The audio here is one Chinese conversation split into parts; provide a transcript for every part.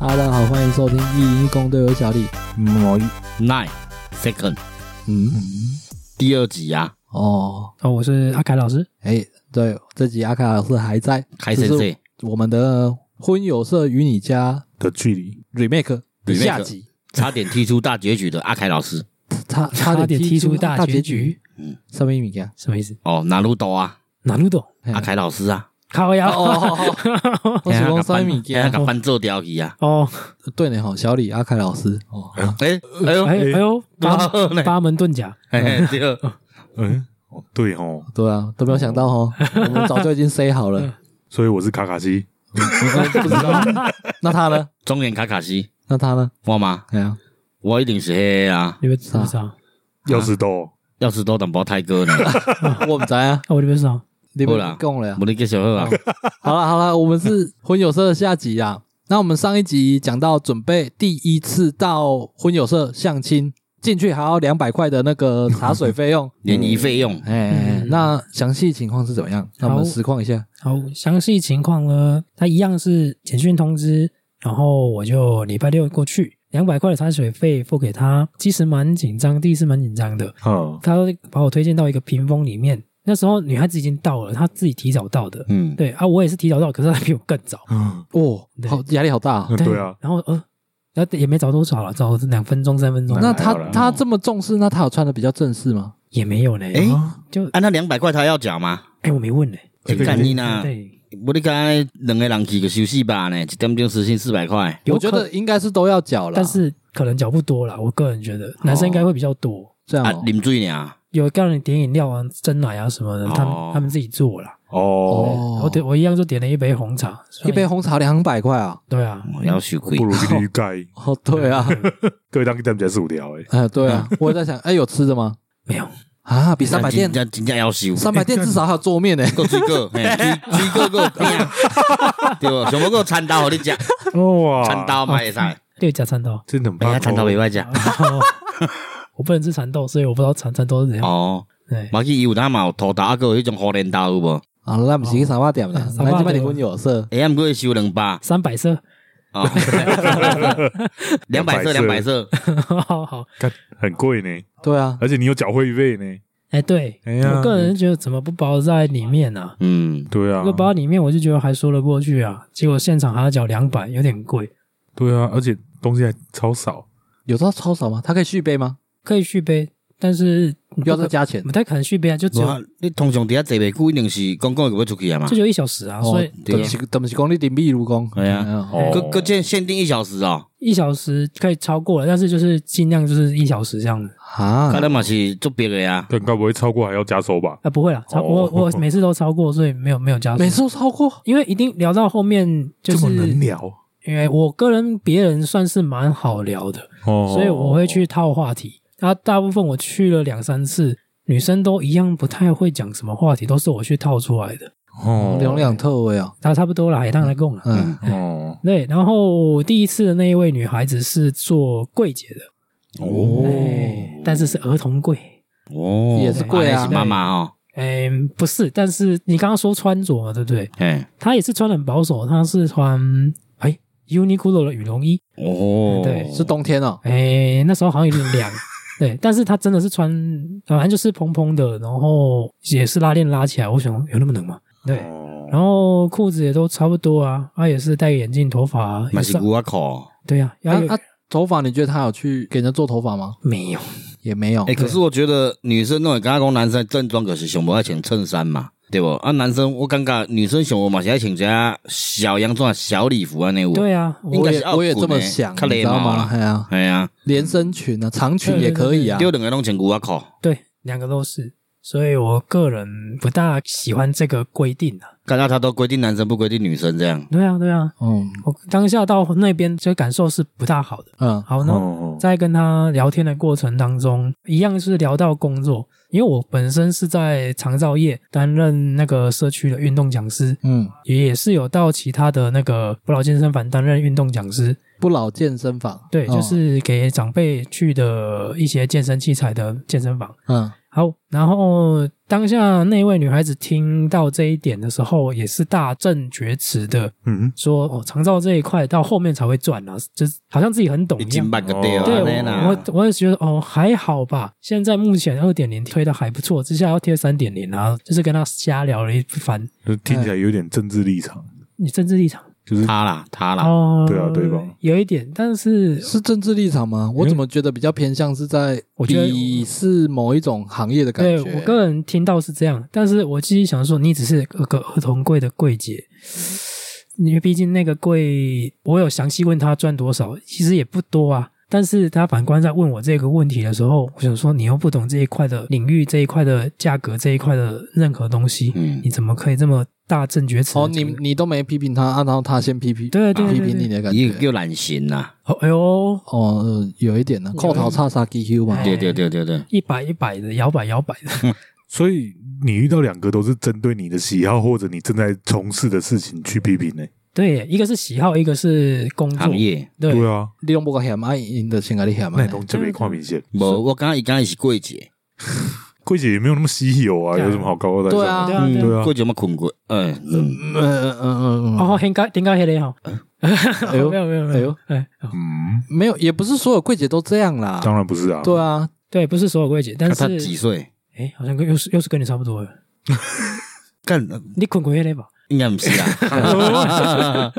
收听一零一公队，我是小李。某一 Nine Second 嗯，第二集啊，哦，哦，我是阿凯老师。哎，对，这集阿凯老师还在，开始这是这我们的《婚友社与你家的距离，》 remake 的 Remake 下集，差点踢出大结局的阿凯老师差差点踢踢出大大结结局局。嗯，什么米啊？什么意思？哦，哪路斗啊，哪路懂？嘿阿凯哎老师啊，靠腰哦，我是讲三米他啊？把翻做掉去啊，哦，对呢，吼，小李阿凯老师哦，哎哎呦哎，哎呦，八不知道呢八门遁甲，哎这个嗯，哦对哦，对啊，都没有想到哦，我们早就已经 say 好嗯了，所以我是卡卡西，不知道。那他呢？中年卡卡西，那他呢？我吗？哎 呀，我一定是黑的啊，你们知不知道？啊，钥匙豆，要是都等不到泰 哥呢，我们在啊，哦我这边知道。你好们啦供了呀我。的个小贺啊，。好了好了，我们 是婚友社的下集啊。那我们上一集讲到准备第一次到婚友社相亲，进去还要两百块的那个茶水费 用联谊费用哎，嗯那详细情况是怎么样？那我们好实况一下。好，详细情况呢，他一样是简讯通知，然后我就礼拜六过去，两百块的茶水费付给他，其实蛮紧张，第一次蛮紧张的。嗯，他把我推荐到一个屏风里面，那时候女孩子已经到了，她自己提早到的。嗯，对啊，我也是提早到，可是她比我更早。嗯哦，对好压力好大哦、嗯对啊，然后呃，那也没早多少了，早两分钟、三分 钟。啊那还好他啦他这么重视，那他有穿的比较正式吗？也没有呢。哎啊就哎、啊那两百块他要缴吗？我没问呢。哎干你呐！对，我你刚才两个人去个休息吧呢，一点钟时薪四百块，有我觉可得应该是都要缴了，但是可能脚不多啦，我个人觉哦得男生应该会比较多，这样、啊哦，啉醉呢，有让你点饮料啊、蒸奶啊什么的，他哦们他们自己做啦。哦，哦我点我一样就点了一杯红茶，一杯红茶两百块啊！对啊，我哦要羞愧不。如去绿盖，哦，对啊，各位当店加四五条诶， 哎，对 啊，我也在想，哎，有吃的吗？没有啊，比三百店真正真正要收，三百店至少还有桌面呢、够水 果，嘿水水果 够饼，对不？想要够餐刀，互你食， 哇，，餐刀嘛会使，对加 蚕豆真的很哎呀，棒，餐刀袂歹食。然后我不能吃蚕豆，所以我不知道蚕蚕豆是怎样。哦，对，马去有那嘛有土豆，啊，还有迄种荷兰豆有无？啊，咱毋是去哎三百店啦，咱三百即店摆离婚有色，哎，毋过会收两百，三百色， 哦，两百色，两百色，好好。干很贵呢，对啊，而且你有缴会费呢，哎，对，哎呀我个人觉得怎么不包在里面呢、啊？嗯，对啊如，果包里面，我就觉得还说得过去啊。结果现场还要缴两百，有点贵。对啊，而且东西还超少，有到超少吗？他可以续杯吗？可以续杯，但是你不要再可加 钱不太可能续杯啊，就只无有、啊，你通常伫遐坐袂久，一定是讲讲就要出去啊嘛就。只有一小时啊，所以哦嗯就是等是讲你顶比如讲，哎呀呀，哦各各限限定一小时哦，一小时可以超过了，但是就是尽量就是一小时这样子啊，啊，咱嘛是做别个呀，但该不会超过还要加收吧？啊，不会啦，超、哦我我每次都超过，所以没有没有加速每次都超过，因为一定聊到后面就这是么能聊因为我个人别人算是蛮好聊的，哦，所以我会去套话题。然后大部分我去了两三次，女生都一样不太会讲什么话题，都是我去套出来的。啊哦两两透位哦，那差不多啦，海浪来供了。嗯，哦对，然后第一次的那一位女孩子是做柜姐的，哎，但是是儿童柜。哦，也是贵啊那是妈妈哦，哎，不是，但是你刚刚说穿着嘛，对不对？嘿，她也是穿得很保守，她是穿哎 Uniqlo 的羽绒衣，哦，对是冬天哦，哎，那时候好像有点凉，对，但是她真的是穿，呃反正就是蓬蓬的，然后也是拉链拉起来，我想有那么冷吗？对，哦，然后裤子也都差不多啊，她也是戴个眼镜，头发啊嘛也是是，牛仔裤。对呀、啊啊，然后有、啊，头发你觉得他有去给人家做头发吗？没有，也没有哎、，可是我觉得女生那种刚刚讲男生正装可是想不爱穿衬衫嘛，对不？啊，男生我感觉女生想我嘛是爱穿一下小洋装、小礼服啊那有。对啊，我应我该也是要我也滚这么欸想，较你知礼道吗貌啦？哎呀，哎呀、连身裙啊，长裙也可以啊啊，，丢两个拢穿牛仔裤，对两个都是，所以我个人不大喜欢这个规定啊。感觉他都规定男生不规定女生这样。对啊，对啊，嗯我当下到那边这感受是不大好的。嗯，好，那哦在跟他聊天的过程当中，一样是聊到工作，因为我本身是在长照业担任那个社区的运动讲师，嗯，也是有到其他的那个不老健身房担任运动讲师。不老健身房，对，哦就是给长辈去的一些健身器材的健身房。嗯，啊好，然后当下那位女孩子听到这一点的时候，也是大振厥词的嗯，说：“哦，长照这一块到后面才会赚啊，就是好像自己很懂一已样。”经办个对对哦了，啦我，我我也觉得哦，还好吧。现在目前二点零推的还不错，之下要贴三点零，然后就是跟他瞎聊了一番，就听起来有点政治立场，你政治立场就是他啦，他啦，哦，对啊对吧？有一点，但是是政治立场吗？我怎么觉得比较偏向是在啊我觉得鄙视某一种行业的感对觉？我个人听到是这样，但是我自己想说，你只是个个儿童柜的柜姐。因为毕竟那个柜，我有详细问他赚多少，其实也不多啊。但是他反观在问我这个问题的时候，我想说你又不懂这一块的领域、这一块的价格、这一块的任何东西，嗯你怎么可以这么大正厥词地哦，讲？你你都没批评他，啊、然后他先批评，对对对批对评对你的感伊觉。叫懒型啦，哦，哎呦，哦、呃有一点呢，扣头叉叉 GQ 哎嘛。对对对对对，一摆一摆的，摇摆摇摆的，所以你遇到两个都是针对你的喜好或者你正在从事的事情去批评呢、对，一个是喜好，一个是工作行，业。对对啊，你拢无个嫌，啊，因就先甲你嫌嘛那。你从这边看明显，无，我刚刚伊刚刚是柜姐，柜姐也没有那么稀有啊，对啊有什么好高高在对上啊的？对啊对啊对啊柜姐有困过，嗯嗯，嗯嗯嗯嗯嗯，哦，很高，很高，黑雷哈，哎没有没有没有，哎呦，哎，嗯，没有，也不是所有柜姐都这样啦。当然不是啊，对啊，对，不是所有柜姐，但啊他几是岁？哎，好像跟又是又是跟你差不多了，干，你滚滚黑雷吧，应该不是 哦啦。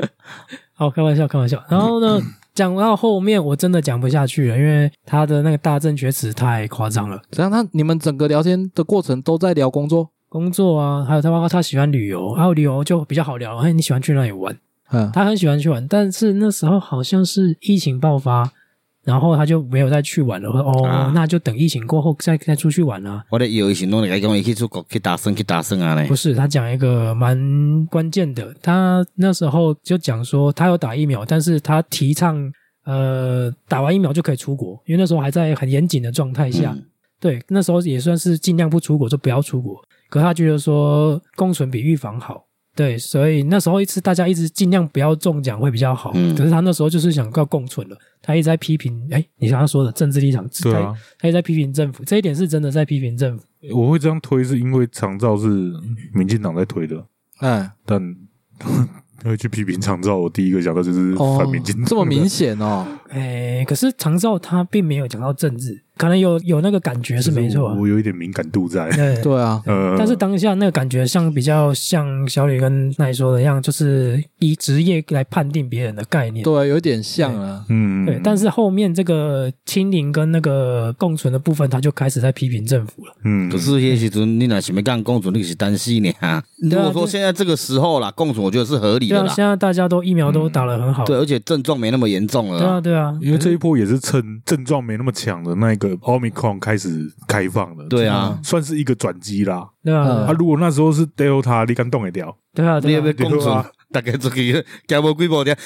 好，开玩笑，开玩笑。然后嗯呢，讲到后面我真的讲不下去了，因为他的那个大正厥词太夸张了。怎样？他啊你们整个聊天的过程都在聊工作，工作啊，还有他包括他喜欢旅游，还有旅游就比较好聊。哎，你喜欢去哪里玩？嗯，他很喜欢去玩，但是那时候好像是疫情爆发，然后他就没有再去玩了。我说哦，啊那就等疫情过后再再出去玩啊。我咧有时弄来讲，伊去出国去打算去打算啊咧不。是，他讲一个蛮关键的，他那时候就讲说他有打疫苗，但是他提倡呃打完疫苗就可以出国，因为那时候还在很严谨的状态下，嗯对，那时候也算是尽量不出国就不要出国。可他觉得说共存比预防好，对，所以那时候一直大家一直尽量不要中奖会比较好。嗯可是他那时候就是想要共存了，他一直在批评，哎，你刚刚说的政治立场，对啊，他他一直在批评政府，这一点是真的在批评政府。我会这样推是因为长照是民进党在推的，哎， 但会去批评长照，我第一个想到就是哦反民进党，，这么明显哦。哎，可是长照他并没有讲到政治，可能有有那个感觉是没错、啊我，我有一点敏感度在， 对。 对啊，呃， 但是当下那个感觉像比较像小李跟奈说的一样，就是以职业来判定别人的概念。对啊，有点像啊。嗯，对，但是后面这个清零跟那个共存的部分，他就开始在批评政府了。嗯，可是迄时阵你若想要干共存，你是单死呢。如果说现在这个时候啦，共存我觉得是合理啊对的啊，啦。现在大家都疫苗都打得很好。对，而且症状没那么严重了对啊，啦。对啊，哎因为这一波也是趁症状没那么强的那个 Omicron 开始开放的，对啊，算是一个转机啦。对嗯啊，啊，如果那时候是 Delta，你敢动得掉？对啊，你对要啊不要，共对存啊？大概这个加无几步 的，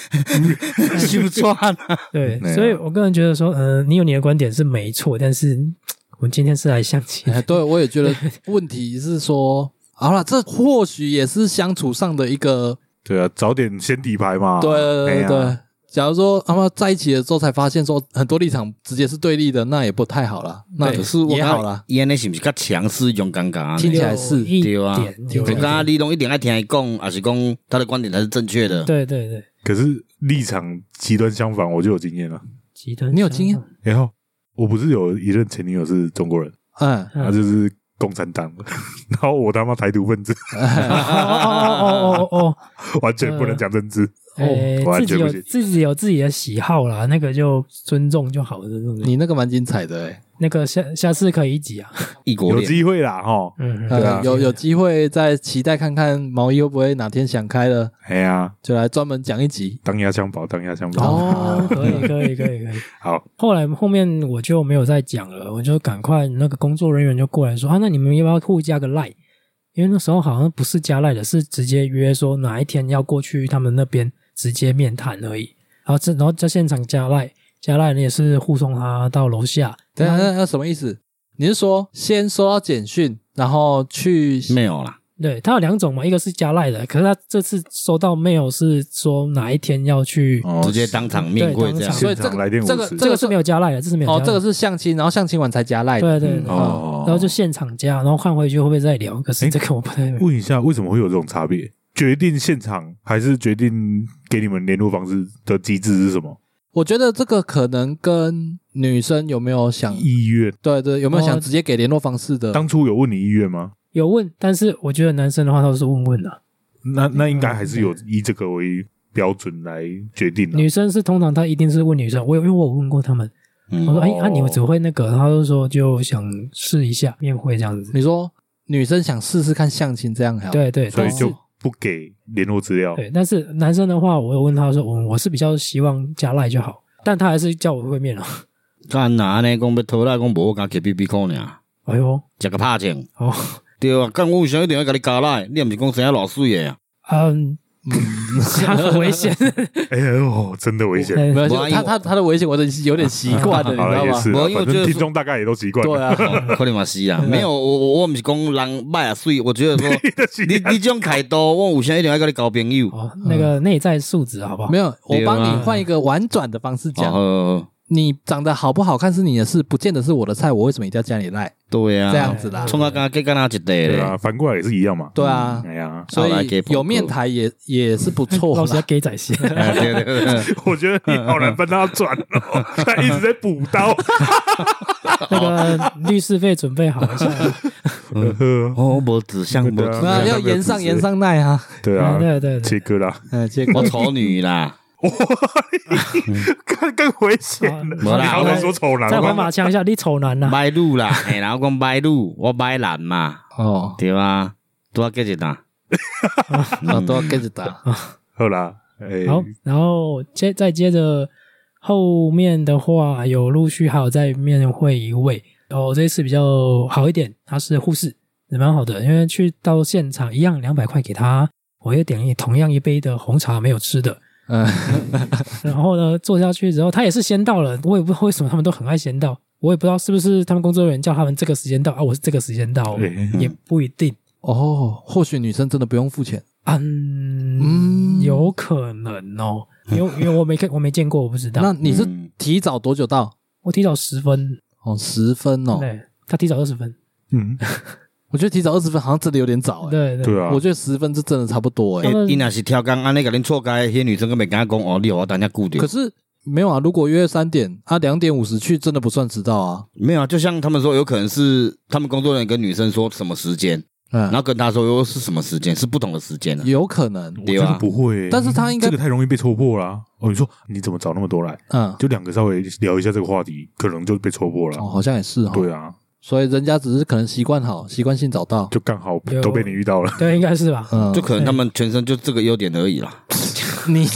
修穿 啊。对对。啊所以我个人觉得说，呃，你有你的观点是没错，但是嘖我们今天是来相亲，哎，对，我也觉得问题是说，好了，这或许也是相处上的一个，对啊，早点先底牌嘛。对哎对呀对对。假如说他们在一起了之后才发现说很多立场直接是对立的，那也不太好了，那对可是我也好啦，伊安尼是不是较强势一种尴尬听啊呢？起来是有一对啊点，有我一刚点刚你拢一定爱听伊讲，还是讲他的观点才是正确嗯的。对对对，可是立场极端相反，我就有经验了。极端。你有经验？然后我不是有一任前女友是中国人，嗯，嗯她就是共产党的， 然后我他妈台独分子， 哦哦哦哦哦完全不能讲政嗯治。哦，哎完自己全不有行自己有自己的喜好啦，那个就尊重就好了，对不对？你那个蛮精彩的哎，那个下下次可以一集啊，异国有恋，机会啦，哈。嗯，对啊呃，有有 机会再期待看看毛衣会不会哪天想开了，哎呀，就来专门讲一集。当压箱宝，当压箱宝。哦，可以，可以，可以，可以。好，后来后面我就没有再讲了，我就赶快那个工作人员就过来说啊，那你们要不要互加个赖？因为那时候好像不是加赖的，是直接约说哪一天要过去他们那边直接面谈而已。然后这然后在现场加赖，加赖也是护送他到楼下。啊等一下那那什么意思？你是说先收到简讯，然后去没有啦，对，它有两种嘛，一个是加赖的，可是他这次收到 mail 是说哪一天要去，哦直接当场面会这样对当。所以现这场个来电五这个十这个是没有加赖的，这是没有哦，加赖这的个是相亲，然后相亲完才加赖的。对对对，哦然后就现场加，然后换回去会不会再聊？可是这个我不太问一下，为什么会有这种差别？决定现场还是决定给你们联络方式的机制是什么？我觉得这个可能跟女生有没有想，意愿？对对，有没有哦想直接给联络方式的？当初有问你意愿吗？有问，但是我觉得男生的话都是问问啊的、那那应该还是有以这个为标准来决定的、女生是通常她一定是问女生，我有因为我有问过他们，我嗯说哎哦啊你们只会那个，然后就说就想试一下面会这样子，嗯你说女生想试试看相亲这样还好，对对所以对就不给联络资料。对，但是男生的话，我有问他说嗯我我是比较希望加赖就好，但他还是叫我会面了， 干哪呢？讲要偷懒，讲无我敢给 B B 扣呢，哎呦食个拍钱。哦对啊，干我为啥一定要甲你加来？你也毋是讲生啊偌水 诶啊？嗯，嗯很危 险，哎呦，真的危险！ 没有，我就还以为他他他的危险我都有点习惯了，你好了，知也道吗是？没啊，有因为反我觉正得听说众大概也都习惯对 了。啊，哦可能嘛是啊，没有我我我毋是讲人歹啊水，我觉 得说你你这种态度，我有啥一定要甲你交朋友？ 哦那个内在素质好不好没？有，我帮对啊你换一个婉转的方式哦好讲，好，好你长得好不好看是你的事，不见得是我的菜，我为什么一定要加你赖？对啊，这样子啦哎，创啊，刚结干哪一块对咧啊，？反过来也是一样嘛。对啊，哎呀，所好来给以捧有面台也也是不错老师要啦。给仔 些。哎对对对对，我觉得你好难帮他转哦，他一直在补刀。那个律师费准备好一下， 嗯哦，无指向，无指对啊那向，要延上延上奈啊， 对啊啊，对对对，切割啦，嗯，结果我丑女 啦，更更危险了。没啦你好歹说丑男再吧回马枪一下，你丑男呐、歹女啦，嘿啦，我讲歹女，我歹男嘛，哦，对啊，拄啊结一单，啊都要跟着打，好啦，哎，好，然后接再接着后面的话，有陆续还有在面会一位，哦，这次比较好一点，她是护士，也蛮好的，因为去到现场一样两百块给她，我又点了同样一杯的红茶没有吃的，嗯，然后呢坐下去之后，她也是先到了，我也不知道为什么他们都很爱先到，我也不知道是不是他们工作人员叫他们这个时间到啊，我是这个时间到哦，哎也不一定。哦，或许女生真的不用付钱，嗯，嗯有可能哦，因为因为我没看，我没见过，我不知那道。你是嗯提早多久到？我提早十分，哦，十分哦，对，他提早二十分，嗯，我觉得提早二十分好像真的有点哦早哎，对对对啊，我觉得十分是真的差不多哎他，们伊若是超工安尼甲恁错开，迄女生根本甲讲哦，你互我等下顾着可。是没有啊，如果约三点啊，两点五十去真的不算迟到啊，没有啊，就像他们说，有可能是他们工作人员跟女生说什么时间，然嗯，后跟他说又是什么时间，是不同的时间啊。有可能，我对觉吧得不会，但是他应该这个太容易被戳破啦。哦，你说你怎么找那么多来？嗯，就两个稍微聊一下这个话题，可能就被戳破哦，了。好像也是哈，对啊，所以人家只是可能习惯好，习惯性早到，就刚好有都被你遇到了。对应该是吧。嗯，就可能他们全身就这个优点而已啦。你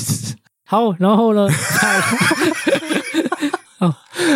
好，然后 呢，再来哦，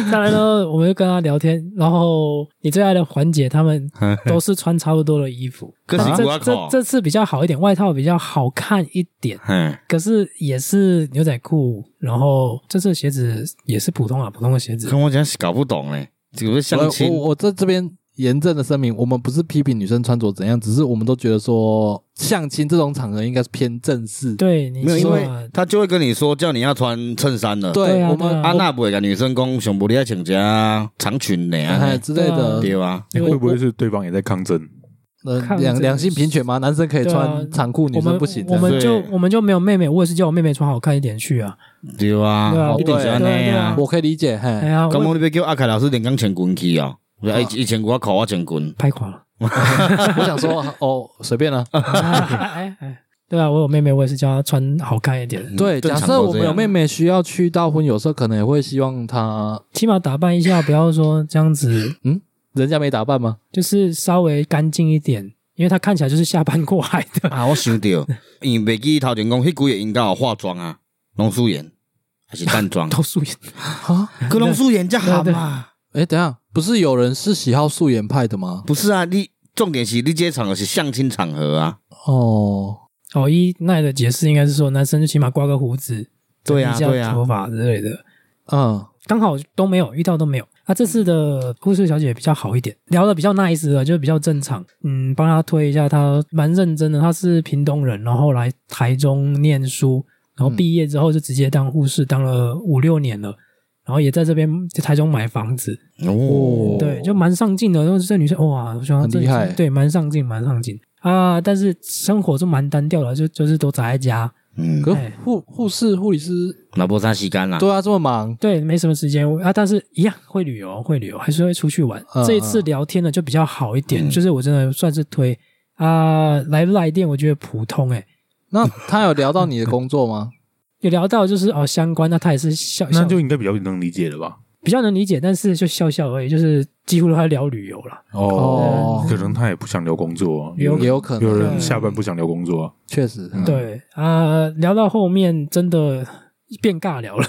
再来呢，我们就跟他聊天，然后你最爱的环节，他们都是穿差不多的衣服，可但是我这要这考，这次比较好一点，外套比较好看一点。嘿，可是也是牛仔裤，然后这次鞋子也是普通啊，普通的鞋子看。我真是搞不懂嘞，这个 相亲我我我在这边严正的声明，我们不是批评女生穿着怎样，只是我们都觉得说相亲这种场合应该是偏正式。对，你没有，因说为啊他就会跟你说叫你要穿衬衫了。对，对啊我们对安娜不会跟女生讲，想不你要穿只长裙的哎啊，之类的，对吧？你会不会是对方也在抗争？呃看两这个两性平权嘛，男生可以对啊穿长裤，我女们生不行。我这样们就对我们就没有妹妹，我也是叫我妹妹穿好看一点去啊。对对啊啊，一定是安尼啊对啊。我可以理解，嘿， 哎呀，刚我刚你要叫阿凯老师连讲穿裙去哦，我说哎以前我考我穿裙，拍垮了。啊我想说哦，随便了。哎哎，对啊，我有妹妹，我也是叫她穿好看一点，对，正假常设都我这嗯们有样妹妹需要去到婚友社，可能也会希望她，起码打扮一下，不要说这样子， 嗯，人家没打扮吗？就是稍微干净一点，因为她看起来就是下班过来的。 啊，我想到，因为袂记头前讲，迄几个应该有化妆啊，浓素颜还是淡 妆？都素颜，啊，可浓素颜才好嘛？哎，等一下，不是有人是喜好素颜派的吗？不是啊，你重点是你这些场合是相亲场合啊，哦，哦，依奈的解释应该是说，男生就起码刮个胡子，对啊整理一下对啊头发之类的。嗯，刚好都没有遇到都没有。啊，这次的护士小姐比较好一点，聊的比较 nice 的，就比较正常。嗯，帮她推一下，她蛮认真的。她是屏东人，然后来台中念书，然嗯后毕业之后就直接当护士，当了五六年了，然后也在这边在台中买房子。哦，对，就蛮上进的。然后这女生哇，我喜欢很这厉女生害对，蛮上进，蛮上进啊。但是生活就蛮单调的，就就是都宅在家，嗯，可哎护护士、护理师，那无啥时间啦，对啊，这么忙，对，没什么时间啊。但是一样会旅游，会旅游，还是会出去玩。嗯这一次聊天呢就比较好一点，嗯就是我真的算是推啊，来不来电我觉得普通哎、那他有聊到你的工作吗？有聊到就是哦相关，那他也是笑那笑就应该比较能理解了吧？比较能理解，但是就笑笑而已，就是几乎都在聊旅游了。哦可能他也不想聊工作啊，也有也有可有能，人下班不想聊工作啊，确实，嗯对啊，聊到后面真的变尬聊了，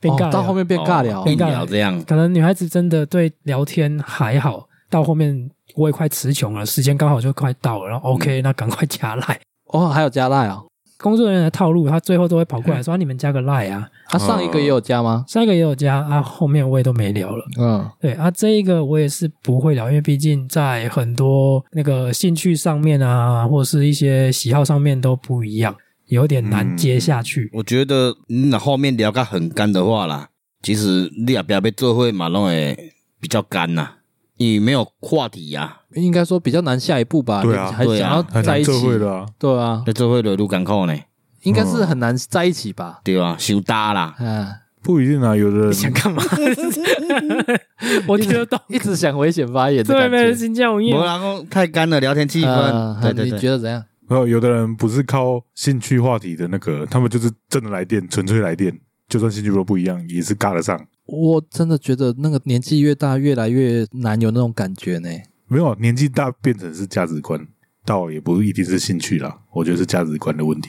变哦尬聊、到后面变尬聊哦，硬聊这样，可能女孩子真的对聊天还好，到后面我也快词穷了，时间刚好就快到了，然嗯后 OK，、那赶快加赖。哦，还有加赖啊，工作人员的套路，他最后都会跑过来说：“啊你们加个赖啊。他上一个也有加”吗？上一个也有加啊，后面我也都没聊了。嗯，对啊，这一个我也是不会聊，因为毕竟在很多那个兴趣上面啊，或是一些喜好上面都不一样，有点难接下去。我觉得你那后面聊个很干的话啦，其实你也不要被做会嘛，拢会比较干呐、你没有话题啊，应该说比较难下一步吧，对啊你还想要很在难一起社，会的啊。对啊，那做会就愈艰苦呢，应该是很难在一起吧，对吧、啊？羞大啦，嗯，不一定啊，有的人你想干嘛？ 我听得懂，一直想危险发言的对感面觉人，请教我不然后太干了，聊天气氛，呃对对你对，觉得怎样？没有，有的人不是靠兴趣话题的那个，他们就是真的来电，纯粹来电，就算兴趣都不一样，也是尬得上。我真的觉得那个年纪越大，越来越难有那种感觉呢。没有，年纪大变成是价值观，倒也不一定是兴趣啦，我觉得是价值观的问题。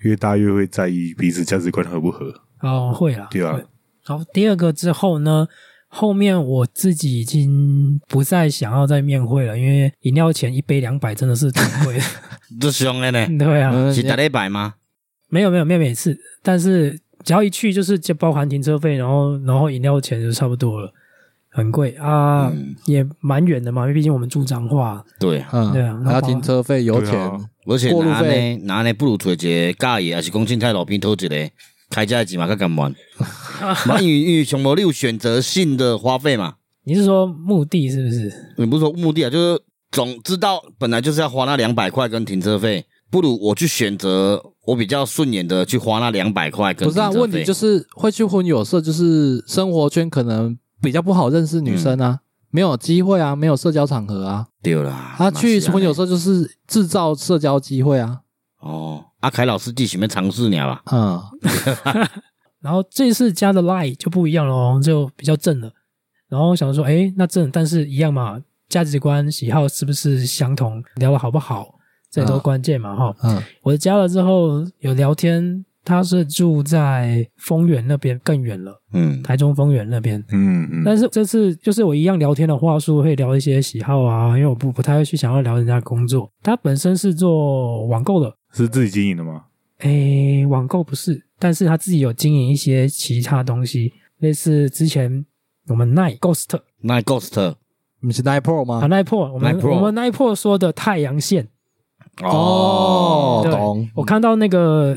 越大越会在意彼此价值观合不合，哦，会啦，对啊会。好，第二个之后呢，后面我自己已经不再想要再面会了，因为饮料钱一杯两百真的是挺贵的。 这凶的呢，对啊，嗯是打礼拜吗？没有没有没有每次，但是只要一去就是就包含停车费，然后然后饮料钱就差不多了，很贵啊，嗯也蛮远的嘛，因为毕竟我们住彰化。对啊，嗯，对啊还要停车费、油对啊钱，而且过路拿费呢拿呢，不如找一个假爷，还是讲凊彩路边讨一个，开价钱嘛较甘 愿。嘛，因为因为上无你有选择性的花费嘛，你是说目的是不是？你不是说目的啊，就是总知道本来就是要花那两百块跟停车费，不如我去选择我比较顺眼的去花那两百块跟不停是车啊？费。问题就是会去婚友社，就是生活圈可能比较不好认识女生啊，没有机会啊，没有社交场合啊。对啦，啊他去什么婚友社就是制造社交机会啊。哦，阿凯老师继续面尝试你吧，嗯，然后这次加的 line 就不一样了哦，就比较正了。然后想说，哎，那正，但是一样嘛，价值观、喜好是不是相同？聊的好不好，这都啊关键嘛，哈、嗯，我加了之后有聊天，他是住在丰原那边更远了，嗯，台中丰原那边。嗯嗯，但是这次就是我一样聊天的话术，会聊一些喜好啊，因为我不不太会去想要聊人家的工作。他本身是做网购的，是自己经营的吗？诶，网购不是，但是他自己有经营一些其他东西，类似之前我们 Nine Ghost 那 Ghost 你是 Nine Pro 啊吗？ Nine Pro，我们 Nine Pro 我们 Nine Pro 说的太阳线，哦，啊对懂。我看到那个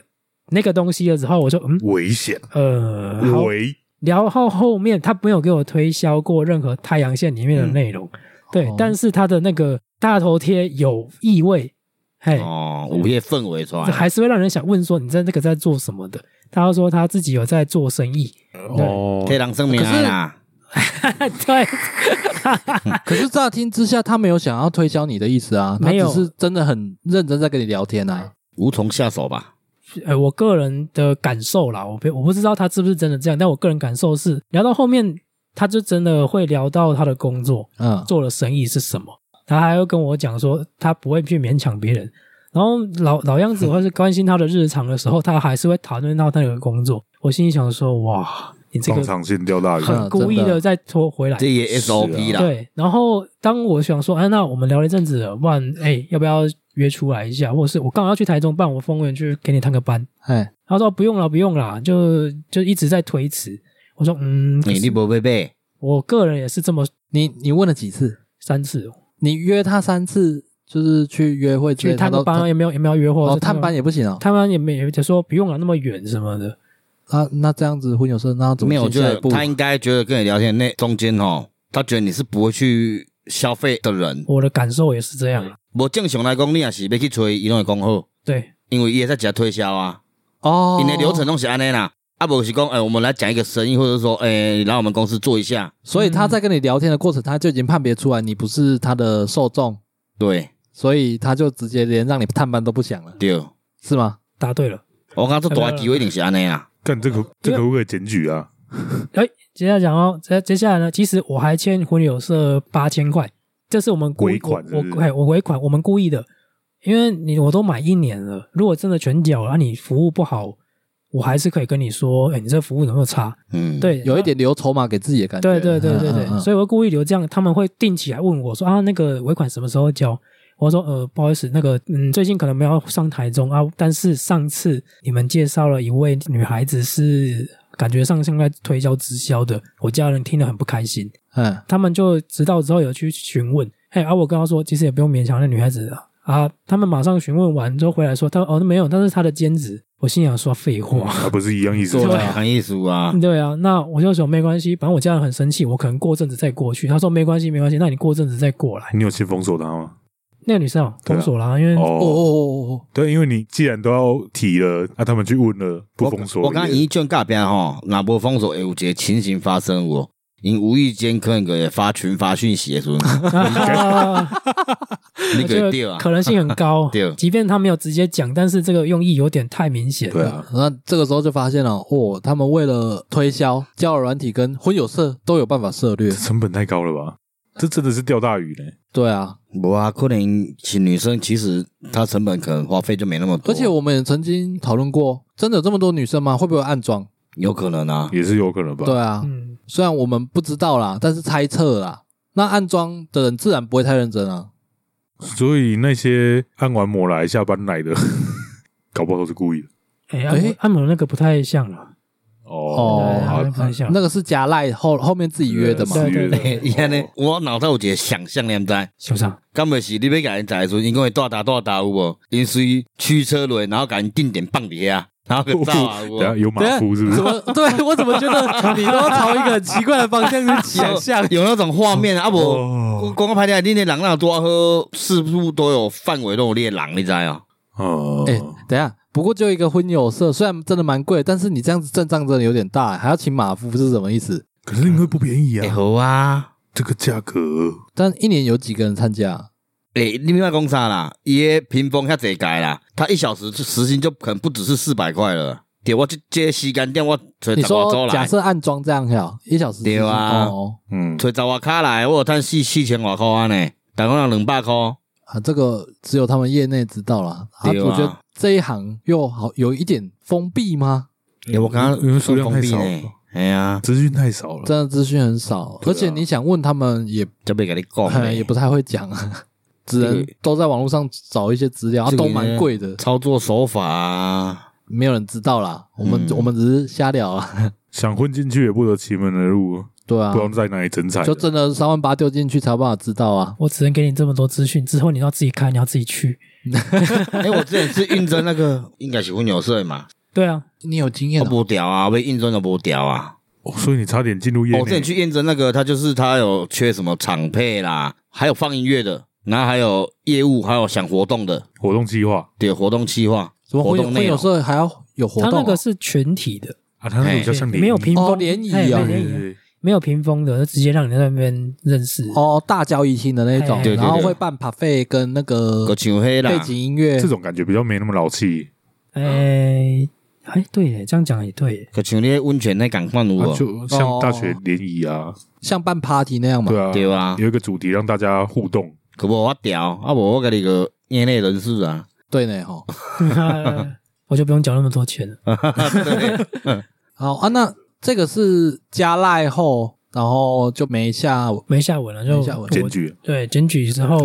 那个东西了之后，我就嗯危险，呃好危，然后后面他没有给我推销过任何太阳线里面的内容，对，哦但是他的那个大头贴有意味，嘿，哦，午夜氛围出来这还是会让人想问说你在那个在做什么的。他就说他自己有在做生意， 哦，黑狼声明啊啦，对，啊可是乍听之下，他没有想要推销你的意思啊，他没有只是真的很认真在跟你聊天啊。无从下手吧，呃，我个人的感受啦，我不我不知道他是不是真的这样，但我个人感受是，聊到后面他就真的会聊到他的工作，嗯，做了生意是什么，他还会跟我讲说他不会去勉强别人。然后老老样子，我要是关心他的日常的时候，他还是会讨论到那个工作。我心里想说，哇，你这放个长线钓大鱼， 很故意真的的再拖回来。这也 SOP 啦，对，然后当我想说，哎、那我们聊了一阵子了，不然哎，要不要约出来一下？或者是我刚好要去台中办我丰原去给你探个班，哦哎，他说不用了，不用了，就就一直在推迟。我说嗯，可你是你无要买，我个人也是这么你你问了几次？三次哦，你约他三次，就是去约会之去类，探个都班也没有也没有约哦，或探班，也不行哦。探班也没有就说不用了那么远什么的，啊，那这样子婚友社那要怎么没有，我进觉下得一步？他应该觉得跟你聊天那中间哦，他觉得你是不会去消费的人。我的感受也是这嗯样啊。无正常来讲，你也是要去催，伊拢会讲好，对，因为伊会在家推销啊，哦，因的流程，拢是安尼啦。啊，无是讲，哎、我们来讲一个生意，或者说，哎、你来我们公司做一下，所以他在跟你聊天的过程，他就已经判别出来你不是他的受众，对所以他就直接连让你探班都不想了，对。是吗？答对了。我感觉这大的机会一定是安尼啊。干这个这个会不会检举啊？哎，接下来讲哦，接接下来呢，其实我还欠婚友社八千块，这是我们故意尾款我是不我是哎我尾款，我们故意的，因为你我都买一年了，如果真的全缴了，啊、你服务不好，我还是可以跟你说，哎，你这服务怎么那么差？嗯，，对，有一点留筹码给自己的感觉。对对对对对，嗯嗯嗯所以我故意留这样，他们会定期来问我说啊，那个尾款什么时候交？我说呃，不好意思，那个嗯，最近可能没有上台中啊，但是上次你们介绍了一位女孩子是感觉上像在推销直销的，我家人听得很不开心，嗯，他们就知道之后有去询问，嘿，啊，我跟他说，其实也不用勉强那女孩子啊。啊！他们马上询问完之后回来说：“他哦，没有，那是他的兼职。”我心想说：“废话，还啊不是一样意思做吗？了很意思啊。对啊，那我就说没关系，反正我家人很生气，我可能过阵子再过去。他说没关系，没关系，那你过阵子再过来。你有去封锁他吗？那个女生啊，对啊封锁了啊，因为、 哦哦哦，哦哦，对，因为你既然都要提了，那他们去问了，不封锁，我刚伊卷隔壁啊吼，若无封锁，会有一个情形发生有无？因无意间可能会发群发讯息的时 阵，啊、你我给觉对啊得，可能性很高对啊。即便他没有直接讲，但是这个用意有点太明显。对啊，那这个时候就发现了，哦，他们为了推销交友软体跟婚友社都有办法涉略 这。成本太高了吧？这真的是钓大鱼呢。对啊，无啊，可能是女生，其实她成本可能花费就没那么多，而且我们也曾经讨论过，真的有这么多女生吗？会不会有暗装？有可能啊，也是有可能吧。对啊，嗯，虽然我们不知道啦，但是猜测啦。那暗装的人自然不会太认真啊。所以那些按完摩来下班来的， 搞不好都是故意的。哎，按摩哎按摩那个不太像了，哦对好按摩不太像。那个是加赖后后面自己约的嘛？对自约对的。哦 伊安尼，我脑袋有一个想象，你毋知？小张，敢袂是你要甲因载的时阵，因讲会大打大打有无？因随驱车轮，然后甲因定点放伫遐，然后 个走啊哦等有无？下有马等一下夫是不怎是？ 么？对 我怎么觉得你都要朝一个很奇怪的方向 去想象？啊有那种画面啊，啊无哦，广告拍的，你的人那有多好，四处都有范围都有你的人，你知哦？哦哎、等一下，不过就一个婚友社，虽然真的蛮贵，但是你这样子阵仗真的有点大，还要请马夫是什么意思？可是因为不便宜会啊，好啊。这个价格但一年有几个人参加啊？诶、你明白讲啥啦？伊的屏风遐济改啦，他一小时时薪就可能不只是四百块了。对，我这这时间点我找你十外说周假来，设暗装这样跳一小时对啊哦嗯，找十外卡来，我有赚四四千外块安尼，但讲两百块，啊，这个只有他们业内知道啦。啊，对啊我觉得这一行又好有一点封闭吗？诶我刚因为刚数量太封闭少呢了，，哎呀，资讯太少了。真的资讯很少，对啊而且你想问他们也就别甲你讲欸哎咧，也不太会讲啊，只能都在网络上找一些资料，啊这个都蛮贵的，操作手法啊，没有人知道啦。我们嗯我们只是瞎聊啊， 想混进去也不得其门而入，对啊不知，道在哪里整彩的。就真的三万八丢进去才有办法知道啊。我只能给你这么多资讯，之后你要自己看，你要自己去。 哎、我之前是应征那个， 应该是混有色嘛，对啊，你有经验我哦？无调啊， 被应征个无调啊。哦所以你差点进入业哦内。我之前去应征那个，他就是他有缺什么场配啦，还有放音乐的，然后还有业务，还有想活动的，活动计划对活动计划、怎么活会有动会内有容时。候还要有活他动那啊？个是全体的，啊，他那个比较像哎没有屏平，哦风联谊哎啊对对对联谊对没有屏风的，直接让你在那边认识。哦，大交易厅的那种嘿对，对然后对会办 p a 费跟那个个像背黑啦，景音乐这，种感觉比较没那么老气。哎，哎，对耶，这样讲也对 耶。个像你温泉那港款有啊无？就哦像大学联谊啊，像办 party 那样嘛对。啊，对啊，有一个主题让大家互动，可无我调，啊无我甲你个业内人士啊，对呢，哈。我就不用缴那么多钱了。对好啊，那这个是加赖后，然后就没下没下文了，没就下文我检举对检举 之后，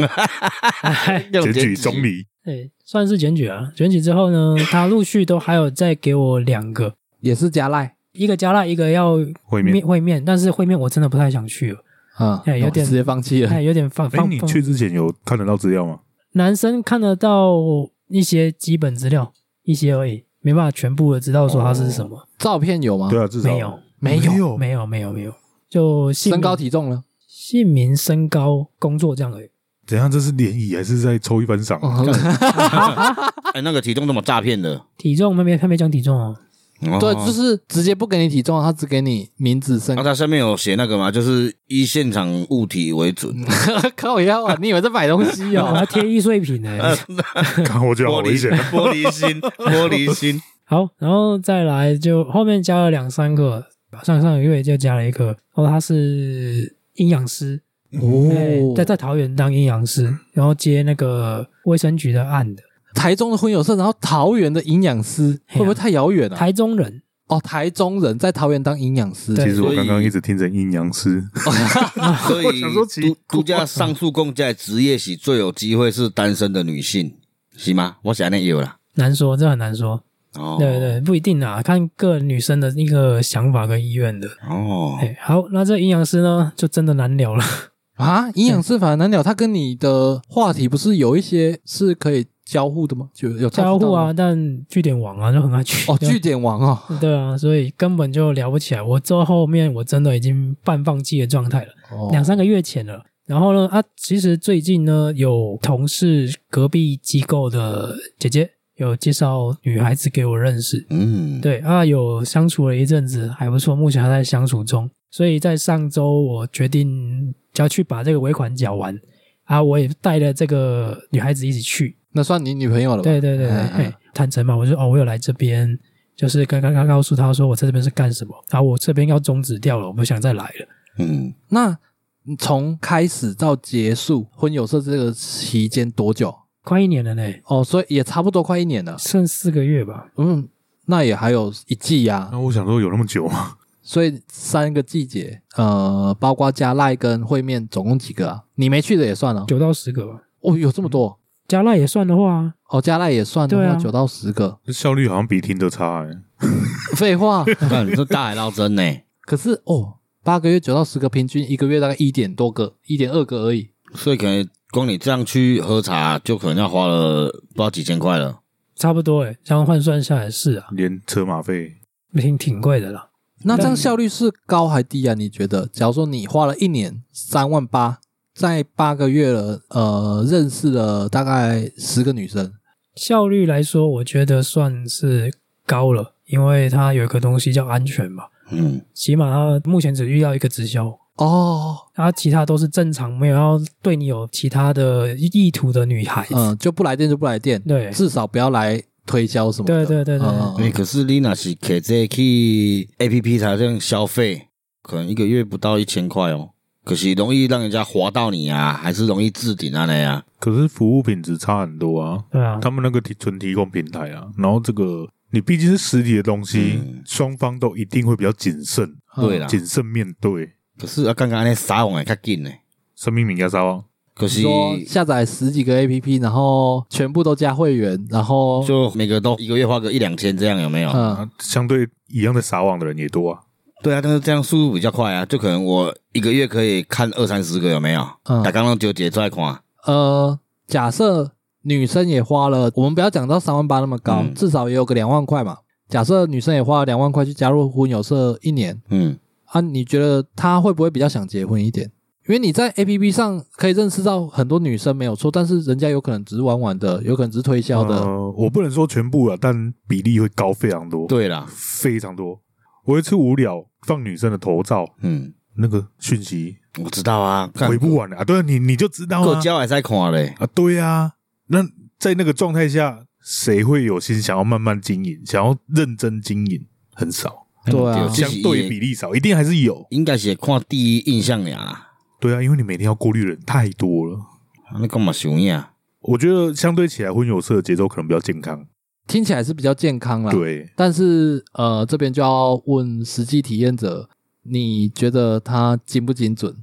哎检举中，离，对， 算是检举啊。检举之后呢，他陆续都还有再给我两个，也是加赖，一个加辣，一个要会面。会面，但是会面我真的不太想去了，啊，哎有点直接放弃了哎，。有点放哎，放你放。去之前有看得到资料吗？男生看得到一些基本资料，一些而已，没办法全部的知道说它是什么。照片有吗？对啊，至少哦没有，没有有没有，没有，没有，就姓身名高、体重呢？姓名、身高、工作这样而已。怎样？这是联谊还是在抽一番赏？哦 哎，那个体重怎么诈骗的？体重没没他没讲体重哦，哦对，就是直接不给你体重，他只给你名字、身那、高。它啊上面有写那个嘛，就是以现场物体为 准。 靠腰 啊！你以为在买东西 我哦？要贴易碎品欸呢。 呃看我觉啊得好啊玻危险。璃 玻璃 心，玻璃心。好，然后再来就后面加了两三个，上上个月就加了一个，然后他是营养师，哎哦，在在桃园当营养师，然后接那个卫生局的案的，台中的婚友社，然后桃园的营养师，嘿啊会不会太遥远了？台中人，哦，台中人在桃园当营养师，对其实我所以刚刚一直听成阴阳师， 所以想说奇怪独独家上述公家的职业是最有机会是单身的女性，是吗？我想那有啦。难说，这很难说。哦，对，对，不一定啊，看个女生的那个想法跟意愿的。哦，哎，好，那这阴阳师呢，就真的难聊了。啊，营养师反而难聊，他跟你的话题不是有一些是可以交互的吗？就有交 touch 到互啊，吗？但据点王啊，就很爱去。哦，据点王哦， 对啊，所以根本就聊不起来。我之后面我真的已经半放弃的状态了，哦两三个月前了。然后呢，啊，其实最近呢，有同事隔壁机构的姐姐有介绍女孩子给我认识，嗯，对啊，有相处了一阵子，还不错，目前还在相处中。所以在上周，我决定只要去把这个尾款缴完啊，我也带了这个女孩子一起去。那算你女朋友了吧？对对对嗯对，嗯嘿坦诚嘛，我说哦，我有来这边，就是刚刚刚告诉她说我在这边是干什么，然后我这边要终止掉了，我不想再来了。嗯，那从开始到结束婚友社这个期间多久？快一年了呢，哦，所以也差不多快一年了。剩四个月吧。嗯，那也还有一季呀、那我想说有那么久吗？所以三个季节，呃，包括加赖跟会面，总共几个啊？你没去的也算了、九到十个吧，哦，有这么多加辣也算的话，啊哦，加赖也算的对话，啊九、到十个。这效率好像比听的差哎。废 话，看你是大海捞针呢，可是哦，八个月九到十个，平均一个月大概一点多个，一点二个而已。所以可能光你这样去喝茶，就可能要花了不知道几千块了。差不多诶，这样换算下来是啊，连车马费，挺挺贵的啦。那这样但效率是高还低啊？你觉得？假如说你花了一年三万八，在八个月了，呃，认识了大概十个女生，效率来说，我觉得算是高了，因为它有一个东西叫安全嘛，嗯，起码它目前只遇到一个直销，哦，它其他都是正常，没有要对你有其他的意图的女孩子。嗯、就不来电就不来电，对至少不要来推销什么对的。对对对，嗯哎，可是你那是可这去 A P P 才这样消费，可能一个月不到一千块哦。可是容易让人家划到你啊，还是容易置顶啊那样。可是服务品质差很多啊。对啊，他们那个提纯提供平台啊，然后这个你毕竟是实体的东西嗯，双、方都一定会比较谨慎，嗯对啊啦，谨慎面对。可是啊，刚刚那撒谎也较紧呢。生命名家沙王，可是说下载十几个 APP，然后全部都加会员，然后就每个都一个月花个一两千这样有没有？哦嗯啊，相对一样的撒网的人也多啊。对啊，但是这样速度比较快啊，就可能我一个月可以看二三十个有没有？嗯打刚刚纠结在看，啊呃，假设女生也花了，我们不要讲到三万八那么高，嗯至少也有个两万块嘛。假设女生也花了两万块去加入婚友社一年嗯，啊，你觉得她会不会比较想结婚一点？因为你在 A P P 上可以认识到很多女生没有错，但是人家有可能只是玩玩的，有可能只是推销哦的。呃，我不能说全部啊，但比例会高非常多，，对啦，非常多。我有一次无聊放女生的头照，嗯，那个讯息我知道啊，看回不完了啊。对啊，你你就知道够啊。焦还在看嘞，啊，对啊，那在那个状态下，谁会有心想要慢慢经营，想要认真经营？很少，对啊，对相对比例少，一定还是有。应该是看第一印象俩啦。对啊，因为你每天要过滤的人太多了。啊你干嘛想呀？我觉得相对起来，婚友社的节奏可能比较健康。听起来是比较健康啦。对，但是呃，这边就要问实际体验者，你觉得它精不精准？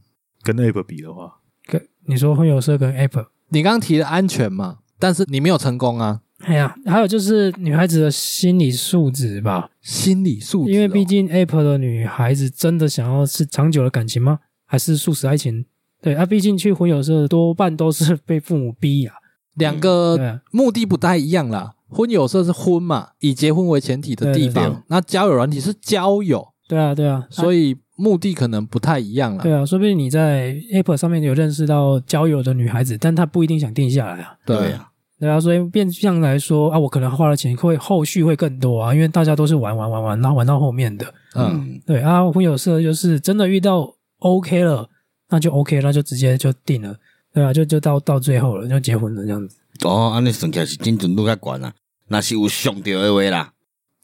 跟 App 比的话，跟你说婚友社跟 App 你刚刚提的安全嘛，但是你没有成功啊，哎呀，还有就是女孩子的心理素质吧，心理素质哦，因为毕竟 Apple 的女孩子真的想要是长久的感情吗？还是素食爱情？对啊，毕竟去婚友社多半都是被父母逼啊。两对个啊目的不太一样啦。婚友社是婚嘛，以结婚为前提的地对对方；那交友软体是交友，对啊，对啊，所以目的可能不太一样啦对。啊，说不定你在 Apple 上面有认识到交友的女孩子，但她不一定想定下来啊。对啊，对啊，所以变相来说啊，我可能花的钱会后续会更多啊，因为大家都是玩玩玩玩，然后玩到后面的。嗯，嗯，对啊，婚友社就是真的遇到 OK 了，那就 OK，那就直接就定了，对啊，就就到到最后了，就结婚了这样子。哦，安尼算起来是精准度较悬啊，若是有上着的话啦，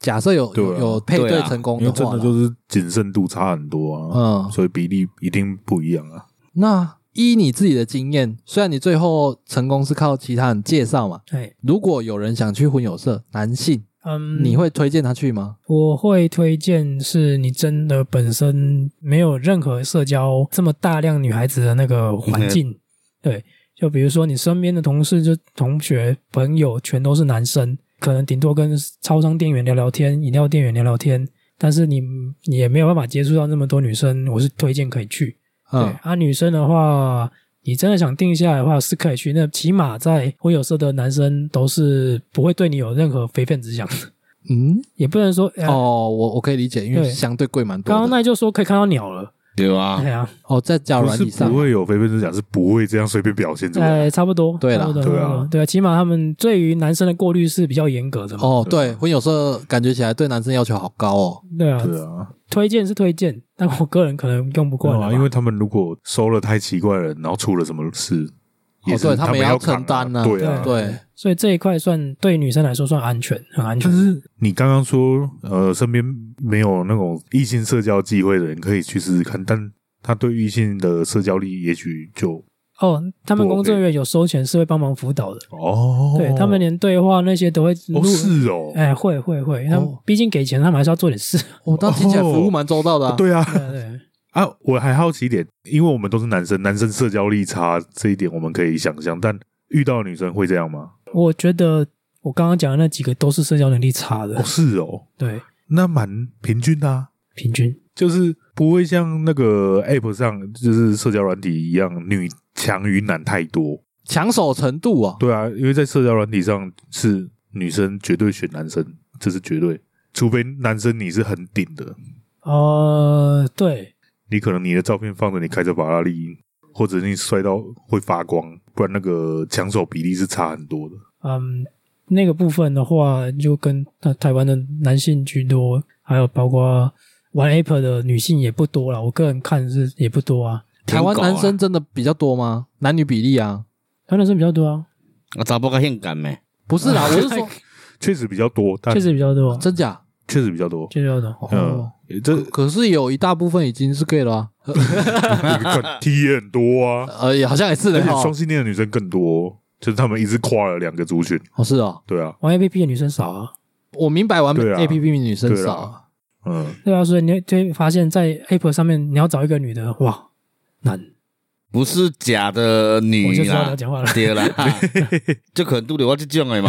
假设有对啊有配对对啊成功因为真话的啦，就是谨慎度差很多啊，嗯，所以比例一定不一样啊。那依你自己的经验，虽然你最后成功是靠其他人介绍嘛，对，如果有人想去婚友社，男性哎嗯，你会推荐他去吗？我会推荐是你真的本身没有任何社交这么大量女孩子的那个嗯环境，对，就比如说你身边的同事、就同学、朋友全都是男生，可能顶多跟超商店员聊聊天、饮料店员聊聊天，但是你你也没有办法接触到那么多女生，我是推荐可以去。对嗯，啊，女生的话，你真的想定下来的话是可以去，那起码在婚友社的男生都是不会对你有任何非分之想的， 嗯，也不能说、呃、哦，我我可以理解，因为对相对贵蛮多的。刚刚那就说可以看到鸟了，对啊哎，呀，哦，在交友不软是体上哎不，会有非分之想，是不会这样随便表现出来。呃，差不多，对啦差不多对啊差不多对啊，起码他们对于男生的过滤是比较严格的嘛，哦，对，婚友社感觉起来对男生要求好高哦。对啊，对啊，推荐是推荐，但我个人可能用不对惯了啊，吧，因为他们如果收了太奇怪的人，然后出了什么事，也哦，是对他们也要扛啊承担呢。对啊，对，所以这一块算对女生来说算安全，很安全但，是你刚刚说，呃，身边没有那种异性社交机会的人可以去试试看，但他对异性的社交力也许就哦，他们不 OK 工作人员有收钱是会帮忙辅导的，哦，对他们连对话那些都会录哦，是哦，哎，会会会，他们哦毕竟给钱，他们还是要做点事。哦，那听起来服务蛮周到的啊。对啊对对，啊，我还好奇一点，因为我们都是男生，男生社交力差这一点我们可以想象，但遇到女生会这样吗？我觉得我刚刚讲的那几个都是社交能力差的哦，，是哦，对，那蛮平均的、啊。平均。就是不会像那个 App 上，就是社交软体一样，女强于男太多。抢手程度啊，对啊，因为在社交软体上是女生绝对选男生，这是绝对，除非男生你是很顶的，呃，对，你可能你的照片放着你开着法拉利，或者你摔到会发光，不然那个抢手比例是差很多的。嗯，那个部分的话，就跟台台湾的男性居多，还有包括玩 App 的女性也不多了。我个人看是也不多啊，台湾舔狗啊男生真的比较多吗？男女比例啊？台湾男生比较多啊，啊，查甫较性感咩？不是啦，我是说确实比较多，但确实比较多，啊啊真假。确实比较多。确实比较多。嗯哦，，这 可是有一大部分已经是 gay 了啊， T 也很多啊，呃，也好像也是而的且哈双。性恋的女生更多哦，就是他们一直跨了两个族群。哦，是哦，对啊，玩 APP 的女生少啊，我明白玩对啊 A P P 女生对少啦啊， 嗯，对啊，所以你会就会发现，在 App 上面你要找一个女的，哇，难。不是假的我哦就女知道啦他，讲话 了。对 啦，就可能拄着我即种的嘛，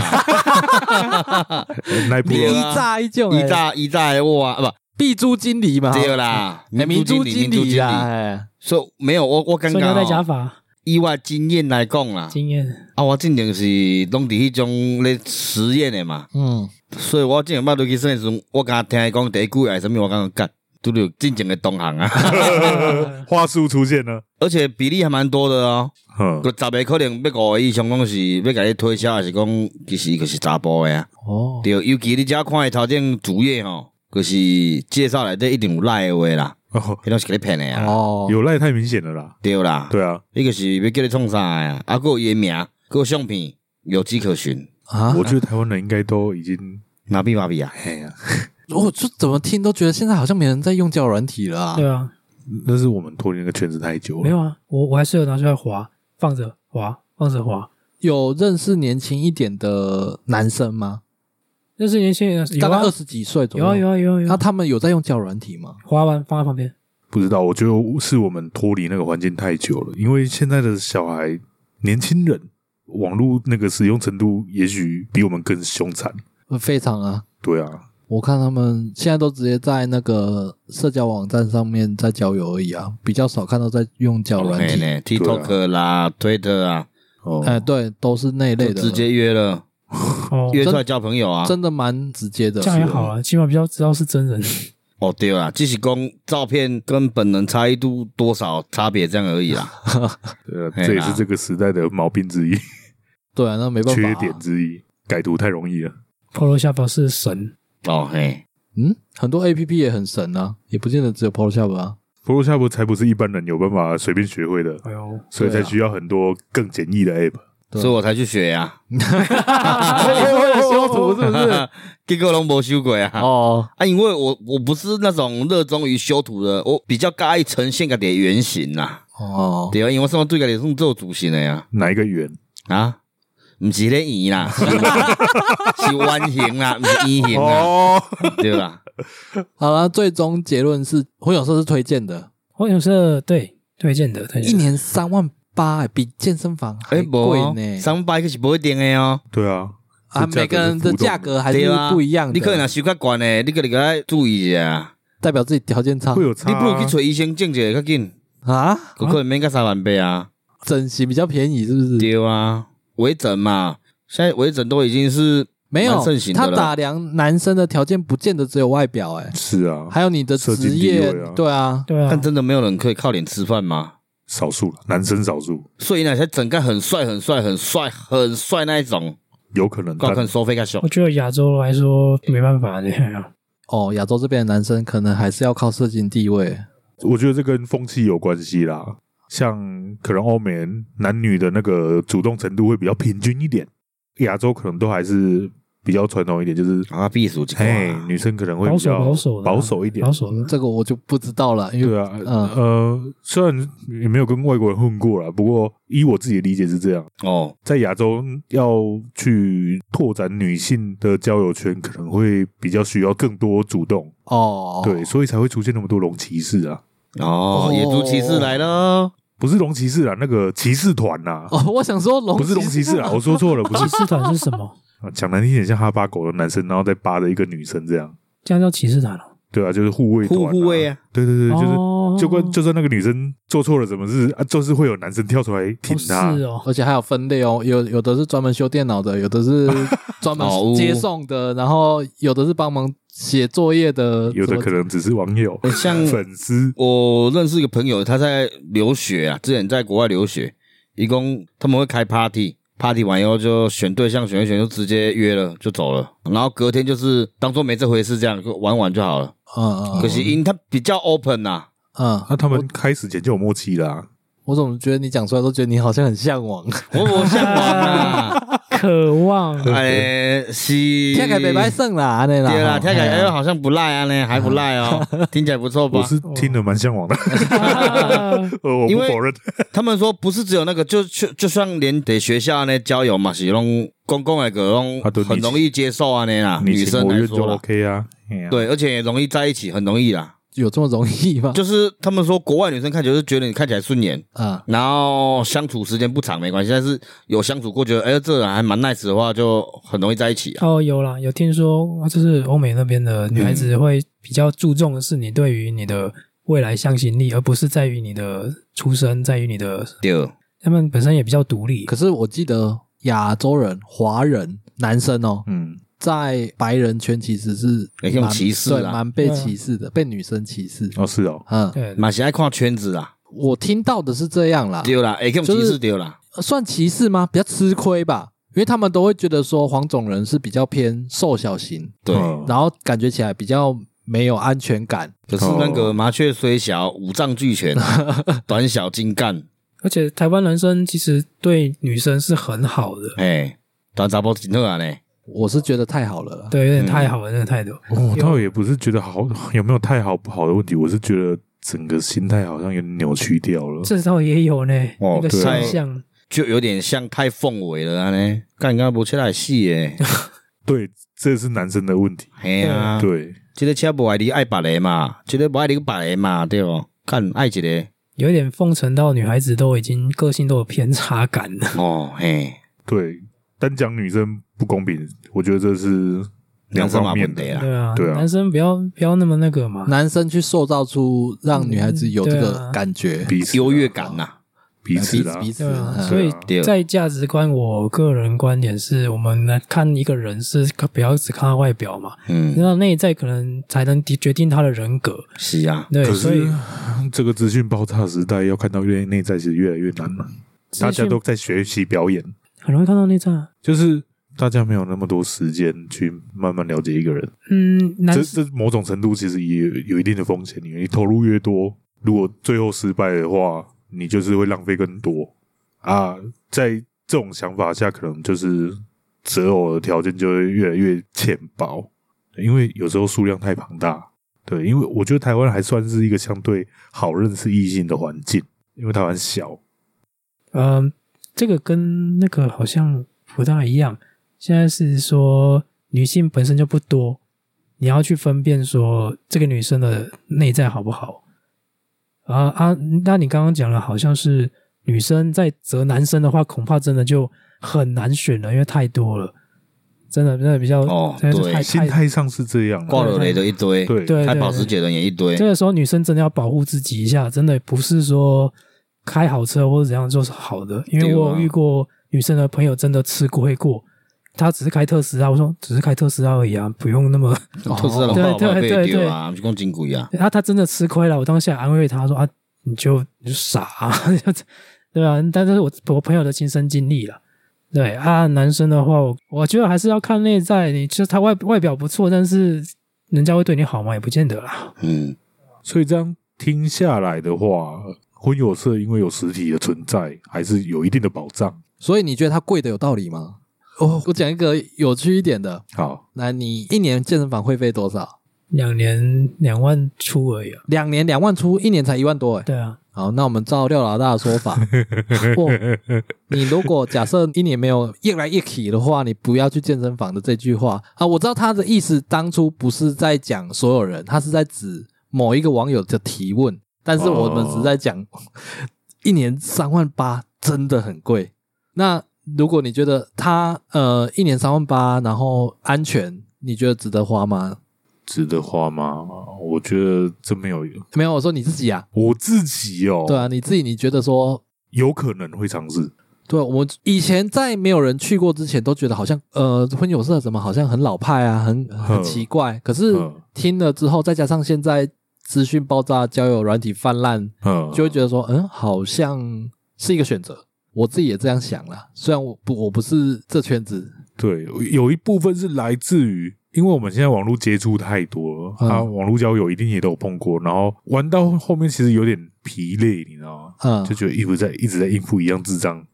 那一部对一啊炸一就伊早伊早的我啊，啊碧珠经理嘛不，，对啦，哎明珠经经理，明珠理经啦，理，哎所以没有我我感啊所觉以你要戴假哦，发，以我经验来讲啦，经验啊，我进前是拢伫迄种咧实验的嘛，嗯，所以我之前捌落去实验时阵，我敢听伊讲第一句话是啥物，我感觉干，拄着进前的同行啊， 话术出现呢，而且比例还蛮多的哦，嗯有，十个可能要五个以上拢是要甲你推销，还是讲其实伊就是查甫的啊，哦，对，尤其你遮看伊头顶主页吼，就是介绍内底一定有赖的话啦，哦，迄拢是甲你骗的啊，哦，有赖太明显了啦。对啦，对啊，伊就是要叫你创啥的啊，啊，还有伊的名，还有相片，有迹可循，啊，我觉得台湾人应该都已经，麻痹麻痹啊，哎呀，我就怎么听都觉得现在好像没人在用交友软体了啊。对啊，那是我们脱离那个圈子太久了。没有啊，我我还是有拿出来滑，放着滑，放着滑。有认识年轻一点的男生吗？那是年轻人有大概啊二十几岁左有右。啊有啊有啊有那啊，他们有在用交友软体吗？滑完放在旁边，不知道，我觉得是我们脱离那个环境太久了，因为现在的小孩、年轻人，网络那个使用程度也许比我们更凶残。呃非常啊。对啊，我看他们现在都直接在那个社交网站上面在交友而已啊，比较少看到在用交友软嘿体。呢，TikTok 啦、Twitter 啊，哦，哎，对，都是那一类就的，直接约了，哦，约出来交朋友啊。真的蛮直接的这。样也好啊，起码比较知道是真人。哦，对啦，只是讲照片跟本人差异度多少差别这样而已 啦。对啊，嘿啦这也是这个时代的毛病之一，对啊，那没办法啊。缺点之一，改图太容易了。 Polo 下巴是神，哦嘿，嗯，很多 A P P 也很神啊，也不见得只有 Photoshop 啊。 Photoshop 才不是一般人有办法随便学会的，哎呦，所以对啊才需要很多更简易的 app。对所以我才去学呀、所以你是为了修图是不是？啊， 结果拢无修过啊。哦，啊，因为我我不是那种热衷于修图的，我比较介意呈现家己的原型啦。哦，对啊，因为我生活对家己算做主型的呀、哪一个圆？啊。啊，毋是咧圆啦，是是 弯形啦，毋是圆形啦，哦，对啦。好了，最终结论是婚友社是推荐的，黄永社对推荐的，推一荐的。年三万八、欸比健身房还哎，无贵哦呢、，三百可是不一定的哦。对啊，啊，每个人的价格还是对啊不一样的，你可能修较悬诶，你可能要注意一下。代表自己条件差会有差你啊。不如去找医生种一下较紧，啊，有可能免个三万八啊。整形比较便宜是不是？对啊，微整嘛，现在微整都已经是没有蛮盛行，的他了打量男生的条件不见得只有外表、哎，是啊，还有你的社经职地业位啊，对啊，对啊但，真的没有人可以靠脸吃饭吗？少数了，男生少数所以呢，才整个很帅、很帅、很帅、很帅那一种，有可能，高但跟收费较小我。觉得亚洲来说没办法这样。哦，亚洲这边的男生可能还是要靠社经地位，我觉得这跟风气有关系啦。像可能欧美人男女的那个主动程度会比较平均一点，亚洲可能都还是比较传统一点，就是啊，避暑一嘿，寡女生可能会保比守较保守的啊保守一点保。守的这个我就不知道了，因为对啊，嗯呃，虽然也没有跟外国人混过啦，不过依我自己的理解是这样，哦，在亚洲要去拓展女性的交友圈，可能会比较需要更多主动，哦，对，所以才会出现那么多龙骑士啊，哦哦，野猪骑士来了，不是龙骑士啊，那个骑士团呐、哦， 我想说龙不是龙骑士啊，我说错了，不是骑士团是什么？啊讲难听点，像哈巴狗的男生，然后再扒着一个女生这样，这这样叫骑士团哦。对啊，就是护卫团、护护卫啊，啊，对对对，就是。哦就跟就算那个女生做错了什么事啊，就是会有男生跳出来挺她。哦是哦， 而且还有分类哦，有有的是专门修电脑的，有的是专 哦门接送的，然后有的是帮忙写作业的，有的可什么能只是网友、欸像粉丝，我认识一个朋友，他在留学啊，之前在国外留学，一共他们会开 party。party 完以后就选对象，选一选就直接约了就走了，然后隔天就是当做没这回事这样就玩玩就好了。嗯可嗯惜因他比较 open 啊呐、嗯，啊那、他们开始前就有默契啦、我怎么觉得你讲出来都觉得你好像很向 往？我我向往啊，渴望啊哎是，天凯北白胜啦，安内啦，对啦，听起来哎哎呀好像不赖啊呢，还不赖哦，听起来不错吧我？是听了蛮向往的， 啊呃，我因不为否认。他们说不是只有那个，就就就算连得学校那交友嘛，是用公共的个用啊对很容易接受啊那啦，你女情生我来愿就说啦， OK 啊，哎呀，对，而且也容易在一起，很容易啦。有这么容易嗯吗？就是他们说国外女生看起来就是觉得你看起来顺眼，啊，然后相处时间不长没关系，但是有相处过觉得哎这人还蛮 nice 的话，就很容易在一起啊。 哦，有啦，有听说，哦就是欧美那边的女孩子会比较注重的是你对于你的未来向心力，而不是在于你的出身，在于你的对，他们本身也比较独立可。是我记得亚洲人、华人男生哦，嗯，在白人圈其实是哎用蛮歧视对，啦蛮被歧视的，被女生歧视。哦是哦，嗯，啊对，嘛是爱看圈子啦，我听到的是这样啦，对啦，哎，这种歧啊就视是对啦，算歧视吗？比较吃亏吧，因为他们都会觉得说黄种人是比较偏瘦小型，对。哦嗯然后感觉起来比较没有安全感。可是那哦个麻雀虽小，五脏俱 全啊，短小精干，而且台湾男生其实对女生是很好的，哎，短杂波紧特啊呢，我是觉得太好了啦，对，有点太好了，真的太多。我哦倒也不是觉得好有没有太好不好的问题，我是觉得整个心态好像有点扭曲掉了。这倒也有呢，哦那个对啊现象，就有点像太凤尾了啊呢，干干不起来戏 耶，对，这是男生的问题。嘿啊，对，这个车不爱你爱别个嘛，这个不爱你别个嘛，对不？看爱一个有一点奉承到女孩子都已经个性都有偏差感了。哦嘿，对，单讲女生不公平，我觉得这是两男生嘛方面问的题。啦，对啊，对啊男生不要不要那么那个嘛，男生去塑造出让女孩子有这啊嗯对啊个感觉，彼此啊优越感呐、彼此啦，彼此对啊，嗯所以对啊在价值观，我个人观点是我们来看一个人是可不要只看他外表嘛，嗯，那内在可能才能决决定他的人格。是啊，对，可所以是这个资讯爆炸时代，要看到越内在是越来越难了。资大家讯都在学习表演，很容易看到内在啊。就是大家没有那么多时间去慢慢了解一个人。嗯，男这这某种程度其实也有一定的风险，你你投入越多，如果最后失败的话，你就是会浪费更多啊。在这种想法下，可能就是择偶的条件就会越来越浅薄，因为有时候数量太庞大。对，因为我觉得台湾还算是一个相对好认识异性的环境，因为台湾小，嗯、这个跟那个好像不大一样。现在是说女性本身就不多，你要去分辨说这个女生的内在好不好。啊啊，那你刚刚讲了，好像是女生在择男生的话，恐怕真的就很难选了，因为太多了，真的真的比较哦真的是对太心太态上是这样啊。挂了雷的一堆，对对开对保时捷的人也一堆这，个时候女生真的要保护自己一下，真的不是说开好车或者怎样就是好的，因为我有遇过女生的朋友真的吃亏过。她只是开特斯拉，我说只是开特斯拉而已啊，不用那么。 特斯拉的对话，我对被对丢对，啊，我们去讲金贵啊她她真的吃亏了，我当下安慰她说啊，你就你就傻、啊， 对啊，但这是我我朋友的亲身经历了。对啊，男生的话，我我觉得还是要看内在，你就是他外外表不错，但是人家会对你好吗？也不见得啦。嗯，所以这样听下来的话，婚友社因为有实体的存在，还是有一定的保障。所以你觉得它贵的有道理吗？哦，我讲一个有趣一点的，好，那你一年健身房会费多少？两年两万出而已啊。两年两万出，一年才一万多哎。对啊，好，那我们照廖老大的说法，哦、你如果假设一年没有一来一去的话，你不要去健身房的这句话啊，我知道他的意思当初不是在讲所有人，他是在指某一个网友的提问，但是我们只在讲、 一年三万八真的很贵。那如果你觉得他呃一年三万八，然后安全，你觉得值得花吗？值得花吗？我觉得这没有，没有，我说你自己啊，我自己哦，对啊，你自己你觉得说有可能会尝试。对，我们以前在没有人去过之前，都觉得好像呃婚友社怎么好像很老派啊，很很奇怪。可是嗯听了之后，再加上现在资讯爆炸、交友软体泛滥，嗯，就会觉得说，嗯，好像是一个选择。我自己也这样想啦，虽然我不我不是这圈子，对，有一部分是来自于，因为我们现在网络接触太多了，嗯啊，网络交友一定也都有碰过，然后玩到后面其实有点疲累，你知道吗？嗯就，觉得一直在一直在应付一样智 障，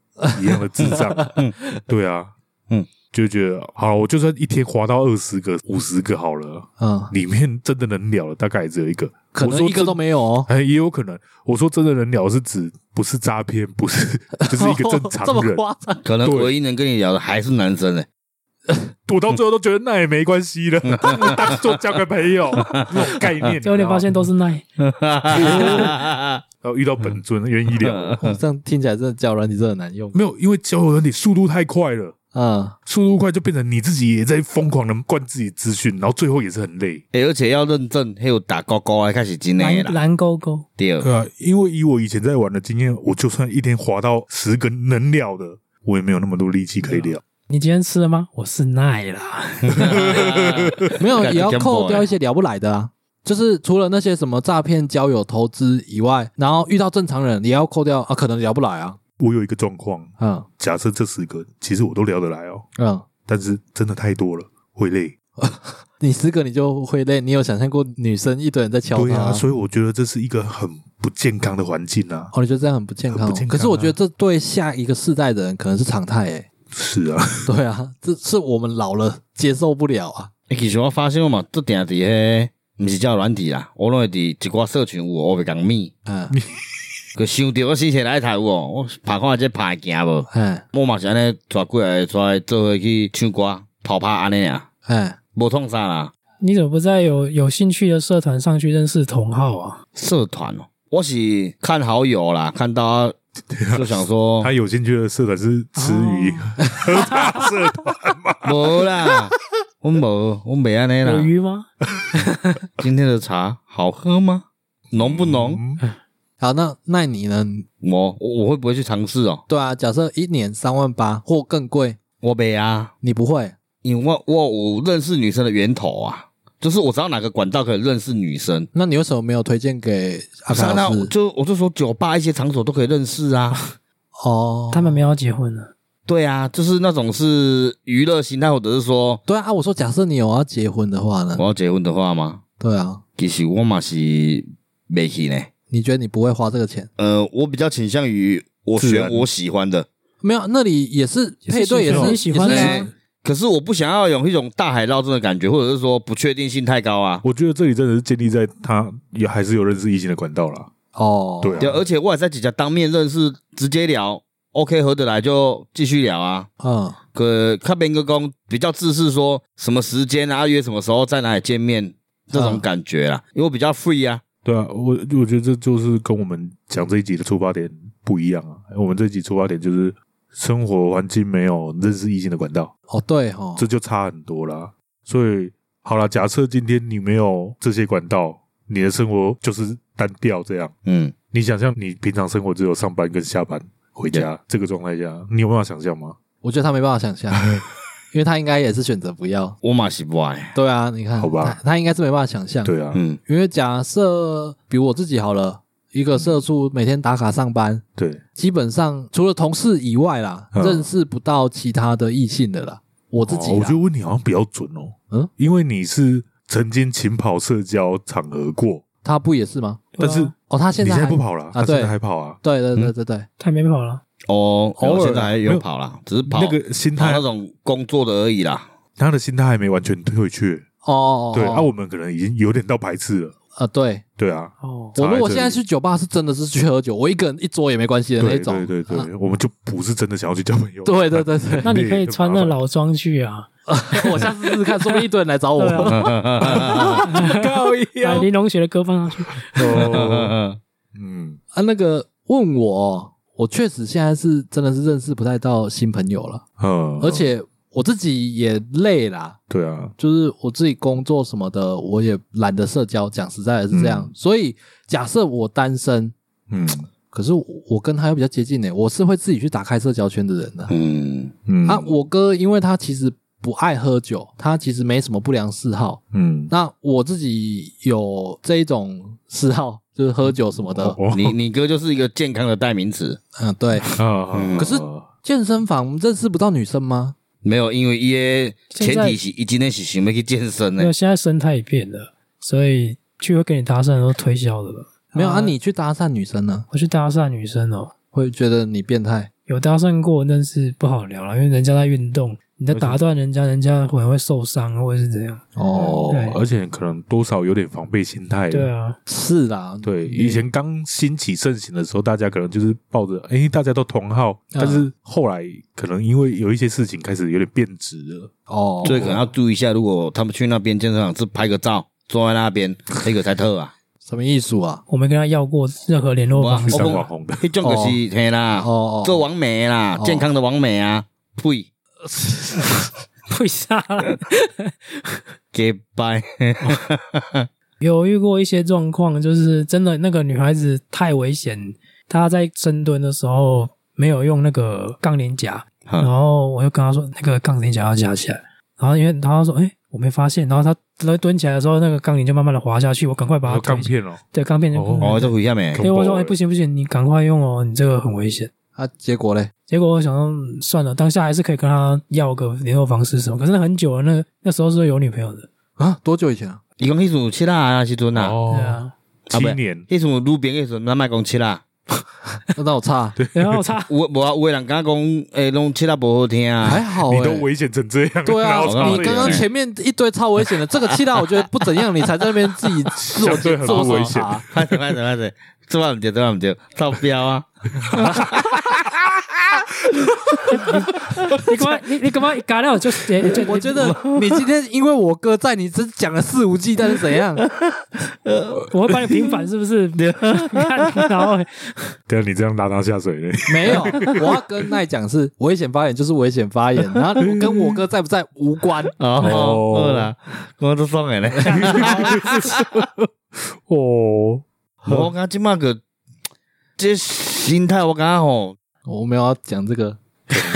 一样的智障。嗯，对啊，嗯，就觉得好，我就算一天滑到二十个、五十个好了，嗯，里面真的能聊的大概也只有一个，可我能说一个都真。没有哦。哎，也有可能。我说真的能聊是指不是诈骗，不是就是一个正 哦这常么人。夸张？可能对唯一能跟你聊的还是男生嘞，我到最后都觉得那也没关系了，当做交个朋友那种 概念。最后你发现然都是奈。哎后遇到本尊愿意嗯聊，这样听起来真的交友软体真的很难用。没有，因为交友软体速度太快了。嗯，速度快，就变成你自己也在疯狂的灌自己资讯，然后最后也是很累。欸而且要认证，还有打勾勾啊，开始真蓝的啦，蓝勾勾，对，对啊，因为以我以前在玩的经验，我就算一天滑到十个能聊的，我也没有那么多力气可以聊。你今天吃了吗？我是奈啦， 没有，感觉也要偏扣薄掉欸一些聊不来的啊。就是除了那些什么诈骗、交友、投资以外，然后遇到正常人也要扣掉啊，可能聊不来啊。我有一个状况，嗯假设这十个其实我都聊得来哦，嗯，但是真的太多了，会累。你十个你就会累。你有想象过女生一堆人在敲对他、啊，所以我觉得这是一个很不健康的环境啊。哦，你觉得这样很不健康,、很不健康可啊是我觉得这对下一个世代的人可能是常态诶、 是啊，对啊，这是我们老了接受不了啊。欸其实我发现我嘛，这定伫迄，毋是叫软体啦，我拢会伫一寡社群有哦我会讲咪，嗯佮想着我心情来头有哦，我拍看这拍行无，哎我嘛是安尼抓过来抓来做伙去唱歌、跑趴安尼啊，哎，无创啥啦，你怎么不在有有兴趣的社团上去认识同好啊？社团哦，我是看好友啦，看到就想哦说他有兴趣的社团是吃鱼 喝茶社团，没啦，我没，我没安尼啦有。鱼吗？今天的茶好喝吗？浓不哦浓？嗯好，那那你呢？我我我会不会去尝试哦？对啊，假设一年三万八或更贵，我没啊，你不会？因为我我我认识女生的源头啊，就是我知道哪个管道可以认识女生。那你为什么没有推荐给阿是啊卡那老我师？就我就说酒吧一些场所都可以认识啊。哦，他们没有要结婚呢。对啊，就是那种是娱乐形态，或者是说对啊啊，我说假设你有要结婚的话呢我？要结婚的话吗？对啊，其实我嘛是没去呢。你觉得你不会花这个钱？呃，我比较倾向于我自然选我喜欢的，没有，那里也是也是配对，喜也欢是你喜欢也的是啊哎可是我不想要有一种大海捞针的感觉，或者是说不确定性太高啊。我觉得这里真的是建立在他也还是有认识异性的管道啦。哦，对对，啊，而且我也在几家当面认识，直接聊，OK 合得来就继续聊啊。嗯，可看边个工比较自私，说什么时间啊，约什么时候在哪里见面这种感觉啦，因为我比较 free 啊。对啊，我我觉得这就是跟我们讲这一集的出发点不一样啊。我们这一集出发点就是生活环境没有认识异性的管道，哦对哈，这就差很多啦。所以好啦，假设今天你没有这些管道，你的生活就是单调这样。嗯，你想象你平常生活只有上班跟下班回家这个状态下，你有办法想象吗？我觉得他没办法想 象，因为他应该也是选择不要。我嘛是不爱。对啊，你看，好吧他，他应该是没办法想象。对啊，嗯，因为假设比如我自己好了，一个社畜每天打卡上班，对，基本上除了同事以外啦，嗯认识不到其他的异性的啦。我自己哦我啦觉得问你好像比较准哦，嗯，因为你是曾经勤跑社交场合过，他不也是吗？但是对啊哦，他现你在现在还不跑了，他对现在还跑啊，对对对对对，太没跑了，哦，偶尔啊我现在还有跑啦，只是跑那个心跑态那，种工作的而已啦。他的心态还没完全退却，哦哦，哦对啊，我们可能已经有点到排斥了，呃对。对啊，哦，我如果差在这里现在去酒吧，是真的是去喝酒，我一个人一桌也没关系的那对种。对对啊对，我们就不是真的想要去交朋 友，对对对对，那你可以穿那老装去啊， 我下次试试看，说不定一堆人来找我。对高嗯啊 把腰啊玲珑雪的歌放上去。哦， 嗯，啊，那个问我，哦我确实现在是真的是认识不太到新朋友了，嗯而且我自己也累啦，对啊，就是我自己工作什么的，我也懒得社交，讲实在的是这样。嗯所以假设我单身，嗯可是我我跟他又比较接近呢、我是会自己去打开社交圈的人的、嗯，嗯啊，我哥因为他其实不爱喝酒，他其实没什么不良嗜好。嗯，那我自己有这一种嗜好，就是喝酒什么的。哦你你哥就是一个健康的代名词，嗯，对。啊嗯可是健身房认识不到女生吗？没有，因为伊现在前提是伊今天是想要去健身没呢有，。现在生态也变了，所以去会跟你搭讪都推销的了。没有啊，你去搭讪女生呢，我去搭讪女生哦，会觉得你变态。有搭讪过，但是不好聊了，因为人家在运动，你在打断人家，人家可能会受伤啊或者是怎样。哦对，而且可能多少有点防备心哎态。对啊，是啦，对，以前刚兴起盛行的时候，大家可能就是抱着哎，诶大家都同好，但是后来可能因为有一些事情开始有点变质了。哦，所以可能要注意一下，如果他们去那边健身房是拍个照，坐在那边，那个才特啊。什么艺术啊？我没跟他要过任何联络方我不。式当网红的，迄种就是嘿啦，哦哦做完美啦哦，健康的完美啊，呸，为啥？给拜， 有遇过一些状况，就是真的那个女孩子太危险，她在深蹲的时候没有用那个杠铃夹，嗯然后我就跟她说那个杠铃夹要夹起来，然后因为她说哎、我没发现，然后她她蹲起来的时候，那个杠铃就慢慢的滑下去，我赶快把然后它推钢片哦，对钢片就哦哦，这回下没？对我恐说怖哎、欸不行不行，你赶快用哦，你这个很危险。啊，结果嘞？结果我想说嗯算了，当下还是可以跟她要个联络方式什么，可是那很久了，那那时候是有女朋友的，啊，多久以前啊？伊讲迄阵有七啦，那时阵啊，对哦，啊，七年迄阵有路边迄阵咱卖讲七啦，那我 差，然后 我差。有无啊？有的人敢讲诶，拢七啦不好听还啊，好你欸都危险成这 样，对啊然后差，你这刚刚样前面一堆超危险的，这个气到我觉得不怎样，你才在那边自己自我相对很自我不危审险查 拍者拍者拍者，这话唔对，这话唔对，造标啊，你干嘛？你你干嘛妈嘎 料就就就我觉得你今天因为我哥在，你只讲了肆无忌惮是怎样？我会把你平反是 不是？看 然后对啊，你这样拉他下水嘞，没有，我要跟奈讲是危险发言就是危险发言，然后跟我哥在不在无关。哦，饿啦，我都爽诶咧。 哦，我感觉即马个这心态，我感觉吼，我没有要讲这个，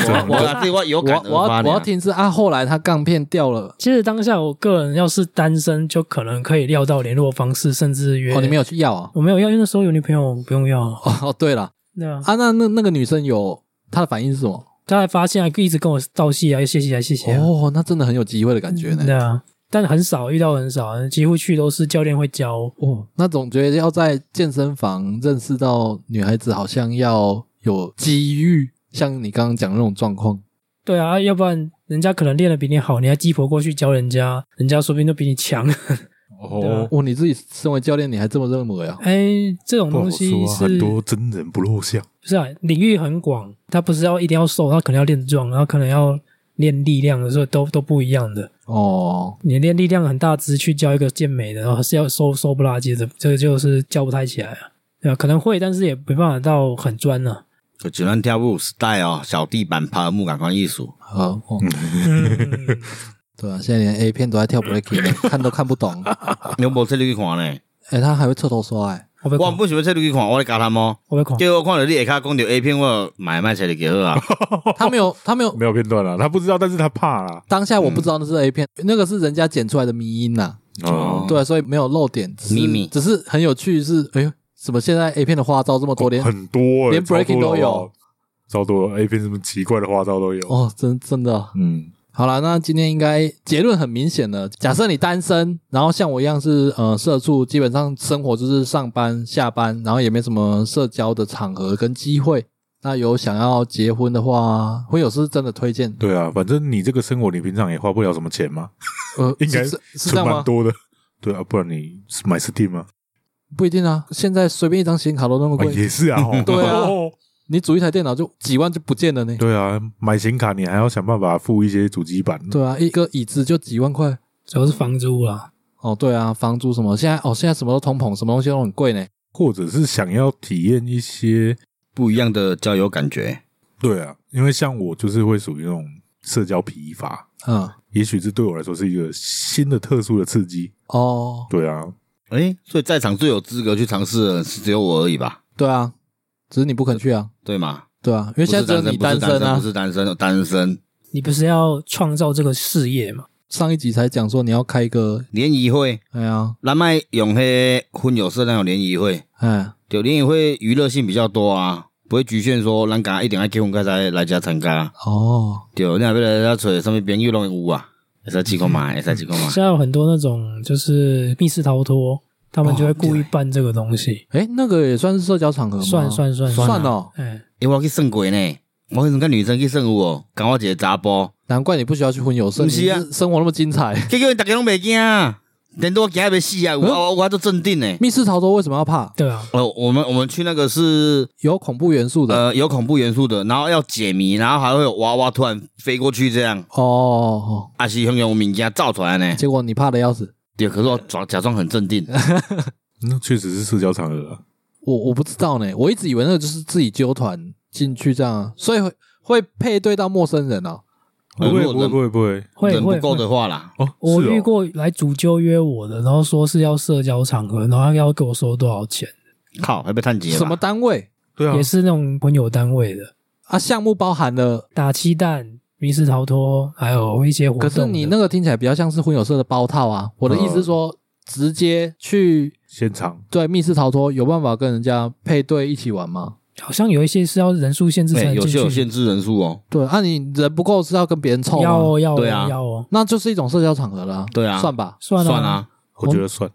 我我感觉我有我感要而我发要我要呢。听是啊，后来他杠片掉了，其实当下我个人要是单身，就可能可以料到联络方式，甚至约。哦，你没有去要啊？我没有要，因为那时候有女朋友， 不用要啊。哦，哦对了对啊，啊，那那那个女生有她的反应是什么？他还发现啊，一直跟我道谢啊，谢谢啊，谢谢啊。哦，那真的很有机会的感觉呢对。啊，但很少遇到，很少，几乎去都是教练会教。哦，那总觉得要在健身房认识到女孩子，好像要有机遇，像你刚刚讲的那种状况。对啊，要不然人家可能练的比你好，你还鸡婆过去教人家，人家说不定都比你强。 哦，哦，你自己身为教练，你还这么认为啊？哎，这种不好东西说啊，是很多真人不露相，不是啊？领域很广，他不是要一定要瘦，他可能要练壮，然后可能要练力量的时候都都不一样的。嗯哦，你练力量很大只去教一个健美的，然后是要瘦瘦不拉几的，这个就是教不太起来啊。对啊，可能会，但是也没办法到很专啊。就只能跳舞 style 哦，小地板爬木感官艺术。好，哦嗯对啊，现在连 A 片都在跳 breaking，了 看都看不懂。你有无这里去看呢？哎，他还会侧头刷 哎，我被我恐，不想啊要这哦里去看，我来教他么？我被恐。结果看到你下骹讲到 A 片，我买卖这里给好啊。哦他没有，他没有。没有片段啊啦，他不知道，但是他怕啊啦。当下我不知道那是 A 片，那个是人家剪出来的迷音呐。 哦对啊，所以没有漏点，只是秘密只是很有趣是，哎呦，怎么现在 A 片的花招这么多，连很多欸，连 breaking 都有超多的，超多的 A 片什么奇怪的花招都有。哦，真真的嗯，好了，那今天应该结论很明显了。假设你单身，然后像我一样是呃社畜，基本上生活就是上班、下班，然后也没什么社交的场合跟机会。那有想要结婚的话，婚友是真的推荐。对啊，反正你这个生活，你平常也花不了什么钱嘛，呃， 应该是是是这存样吗蛮？多的。对啊，不然你买 Steam 吗？不一定啊，现在随便一张显卡都那么啊贵，也是啊，吼 对啊哦你组一台电脑就几万就不见了呢。 对啊，买显卡你还要想办法付一些主机板。对啊，一个椅子就几万块。主要是房租啦。哦，对啊，房租什么现在哦，现在什么都通膨，什么东西都很贵呢。或者是想要体验一些，不一样的交友感觉，对啊，因为像我就是会属于那种社交疲乏，嗯，也许这对我来说是一个新的特殊的刺激。哦，对啊，诶，所以在场最有资格去尝试的是只有我而已吧？对啊，只是你不肯去啊。对吗？对啊，因为不现是在只有单你身，单身啊不是单身，不。是单身，单身你不是要创造这个事业嘛？上一集才讲说你要开一个，联谊会，哎呀，咱卖用迄婚友社那种联谊会，哎，就联谊会娱乐性比较多啊，不会局限说咱家一定要结婚才来来遮参加。哦，对，你若要来遮找什么朋友拢会有啊，会使试看嘛，会使试看嘛。现在有很多那种就是密室逃脱，他们就会故意办这个东西，哎，那个也算是社交场合吗？算算算算啊哦，哎，诶、我有去算过呢，我迄阵甲女生去算有哦，讲我一个查甫，难怪你不需要去婚友社，不你是啊是生活那么精彩。结果大家拢袂惊，啊连我惊要死啊，有嗯啊我我都镇定呢。密室逃脱为什么要怕？对啊，哦，我们我们去那个是有恐怖元素的呃有恐怖元素的，然后要解谜，然后还会有娃娃突然飞过去这样，哦，啊是用用物件造出来呢。结果你怕的要死。对，可是我装假装很镇定，那确实是社交场合啊。我我不知道呢，我一直以为那个就是自己纠团进去这样啊，所以会会配对到陌生人哦。呃不会不会不会人不会会人不会够会。的话啦，哦，我是哦遇过来主揪约我的，然后说是要社交场合，然后要给我收多少钱，靠还被探劫吧什么单位对啊也，是那种朋友单位的，啊？项目包含了，打鸡蛋、密室逃脱，还有一些活动可是的。你那个听起来比较像是婚友社的包套啊。我的意思是说，直接去现场对密室逃脱有办法跟人家配对一起玩吗？好像有一些是要人数限制才对，能哎有进些有去限，制人数哦。对，啊，你人不够是要跟别人凑吗要哦要哦对啊要哦，那就是一种社交场合了、对啊算吧。算算啊，啊，我觉得算。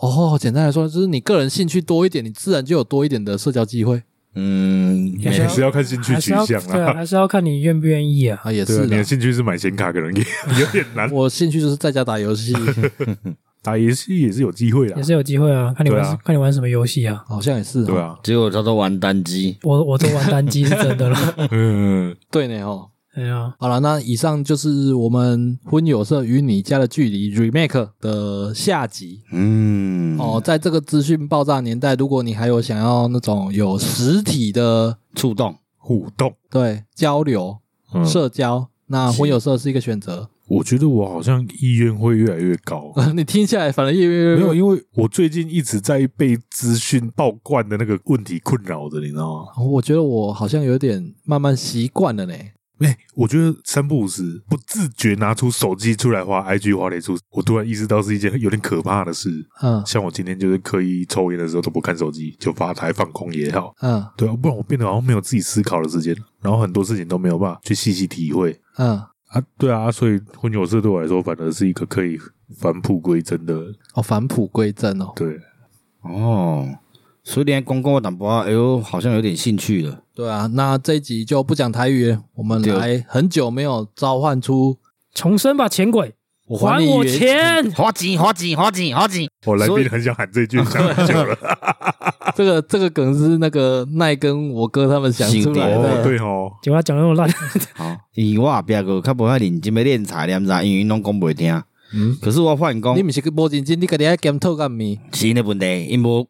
哦，简单来说就是你个人兴趣多一点，你自然就有多一点的社交机会嗯，也也是要看兴趣还取是要向对啊，啦。还是要看你愿不愿意啊。啊，也 对啊，是你的的。兴趣是买显卡，可能也 有点难。我兴趣就是在家打游 戏，打游戏啊也是有机会啦也。是有机会啊，看你玩、对啊看你玩什么游戏啊。好像也是、哦。对，啊，结果他都玩单机， 我我都玩单机是真的了，嗯，对呢哦。哎呀，好了，那以上就是我们《婚友社与你家的距离》Remake 的下集嗯，哦。，在这个资讯爆炸年代，如果你还有想要那种有实体的触动，互动。对交流、嗯，社交，那婚友社是一个选择。 我觉得我好像意愿会越来越 高。你听下来，反正越越没越有，因为我最近一直在被资讯爆灌的那个问题困扰着，你知道吗？哦我觉得我好像有点慢慢习惯了呢。哎、我觉得三不五时不自觉拿出手机出来滑 IG 滑脸书，我突然意识到是一件有点可怕的事。嗯啊像我今天就是刻意抽烟的时候都不看手机，就发呆放空也好，嗯对啊，不然我变得好像没有自己思考的时间，然后很多事情都没有办法去细细体会嗯，啊。对啊，所以婚友社对我来说反而是一个可以返璞归真的，哦，返璞归真哦。对，哦，所以连公共的淡薄仔，哎呦，好像有点兴趣了。对啊，那这一集就不讲台语了，我们对来很久没有召唤出重生吧，钱鬼，我还你我原钱！花钱，花钱，花钱，花钱。我哦来所以宾很想喊这句，想很久了。这个这个梗是那个奈跟我哥他们想出来 对啊哦，的。对 哦，结果他讲得那么烂，好，因为我后壁个较无遐认真要练才，你知道吗？因为因拢讲袂听。嗯，可是我发现讲你，毋是去无认真，你家己爱检讨干咪？是因的问题，因无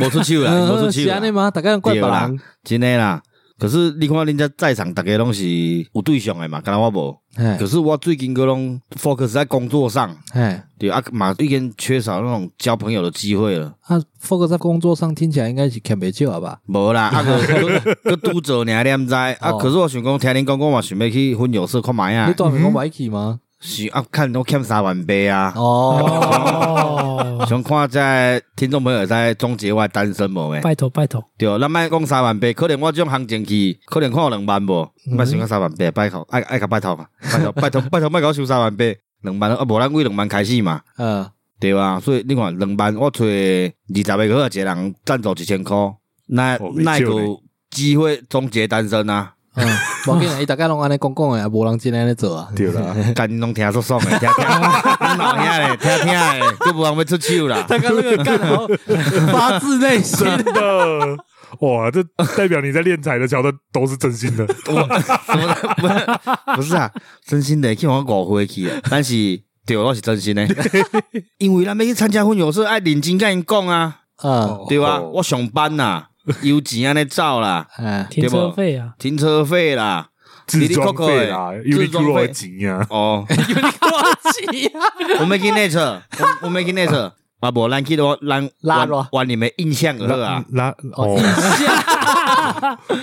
无出 手啦，因无呃出是手安尼啦，吗？大家怪别对啦人。真的啦。可是你看恁遮在场，大家拢是有对象的嘛，敢若我无。哎可是我最近个拢 focus 在工作上，哎，对啊，嘛已经缺少那种交朋友的机会了。啊，focus 在工作上听起来应该是欠袂少了吧？无啦，啊个个拄做尔，你也毋知啊。哦可是我想讲，听恁讲，我嘛想要去婚友社看卖啊你。大明讲歪去吗？是啊，看都欠三万八嗯啊。哦，想看在听众朋友在终结我的单身无诶？拜托拜托，对，咱莫讲三万八，可能我这种行情去，可能看有两万无，莫想讲三万八，拜托，爱爱甲拜托吧，拜托拜托拜托，莫甲我收三万八，两万啊，无咱为两万开始嘛， 呃，对吧？所以你看两万，我找二十个好一个人赞助一千箍，那哦那没救有机会终结单身啊！嗯，无紧啦，伊大概拢安尼讲讲诶，也无人真的安尼做啊。对啦，干你拢听说爽诶，听听，你老兄嘞，听听诶，都无人要出手啦。大概那个干好， 发自内 心。真的。哇，这代表你在练财的桥段都是真心的，我什么不是不是啊，真心的去我误会去啊，但是对我是真心的，因为咱要去参加婚友社，爱认真甲因讲啊，嗯，对吧？哦我上班啦，油钱安尼走啦，哎，停对车吧费啊，停车费啦，自装费啦自装，Uniqlo 费的钱呀，哦，我去啊！我们去内侧，我我们去内侧。啊，无咱去到咱拉咯嗯玩你们印象好啊拉！拉哦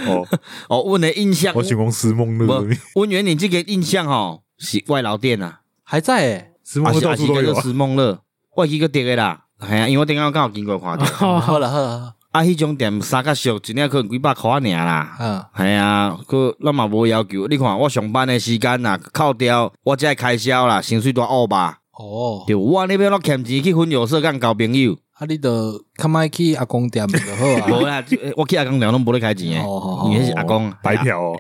哦，哦，阮的印象，我想讲石梦那个，温源你这个印象吼是外劳店啊，还在诶，石梦啊乐是到啊处是都叫有做啊。石梦乐，我记个第个啦，系啊，因为我顶下刚有经过 看着。嗯好了好了，啊，迄种店三较俗，一领可能几百箍啊尔啦。嗯系啊，佮咱嘛无要求。你看我上班的时间啦，扣掉我这开销啦，薪水大乌吧。哦，对，我那边落欠钱去婚友社干交朋友，啊，你著较莫去阿公店就好啊。无啦，就欸我去阿公店拢无咧开钱诶。哦你那是阿公哎白嫖哦，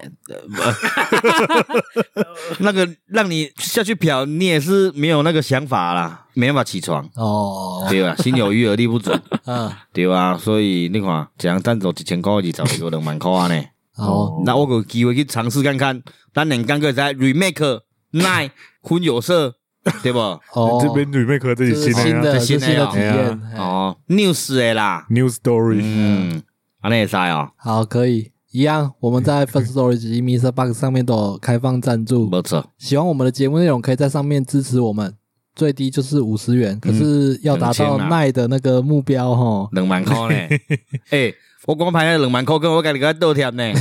那个让你下去嫖，你也是没有那个想法啦，没办法起床，哦，对吧？心有余而力不足，嗯，对吧？所以你看，一人赚走一千块，二十个两万块啊呢。哦，那我有机会去尝试看看，咱两刚个在 remake nine 婚友社，对不？哦，这边 remake 这这里是新的啊的，这新这是新的的哦体验。 嘿哦，news 的啦， new story，嗯，安尼会使哦，好，可以。一样，我们在 First Story 及 Mr. Box 上面都有开放赞助，不错，喜欢我们的节目内容，可以在上面支持我们，最低就是五十嗯元，可是要达到两千啊奈的那个目标吼，两万块呢， 诶。我光排那两万块，跟我家己个倒贴呢，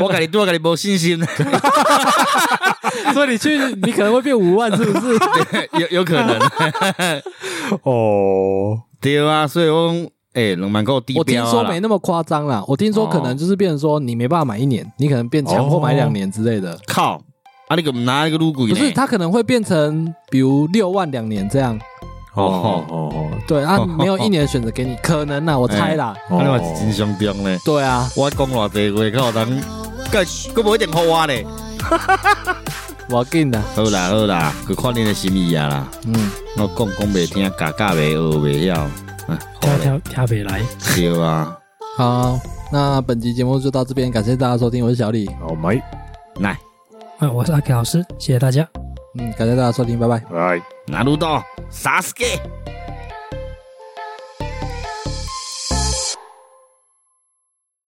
我家己对我家己无 信心，所以你去 你可能会变五万，是不是？有有可能，哦， 对啊，所以我讲，诶，两万 块低我听标说啊没啦，那么夸张啦，我听说可能就是变成说你没办法买一年，你可能变强迫买两年之类的。靠，啊你个唔拿那个撸鬼不呢？是，它可能会变成比如六万两年这样，哦哦对 啊，没有一年的选择给你，可能啦，我猜啦，啊你嘛是真上中呢，对啊，我讲偌济话，靠人，个个无一定好我呢。我定的，好啦好啦，去看恁的心意啊啦，嗯，我讲讲袂听，教教袂学袂晓，啊，好跳嘞，跳跳北来，对啊，好，那本集节目就到这边，感谢大家收听，我是小李，哦，买。来。啊，我是阿 K 老师，谢谢大家。嗯，感谢大家收听，拜拜。拜。拿入到 Sasuke。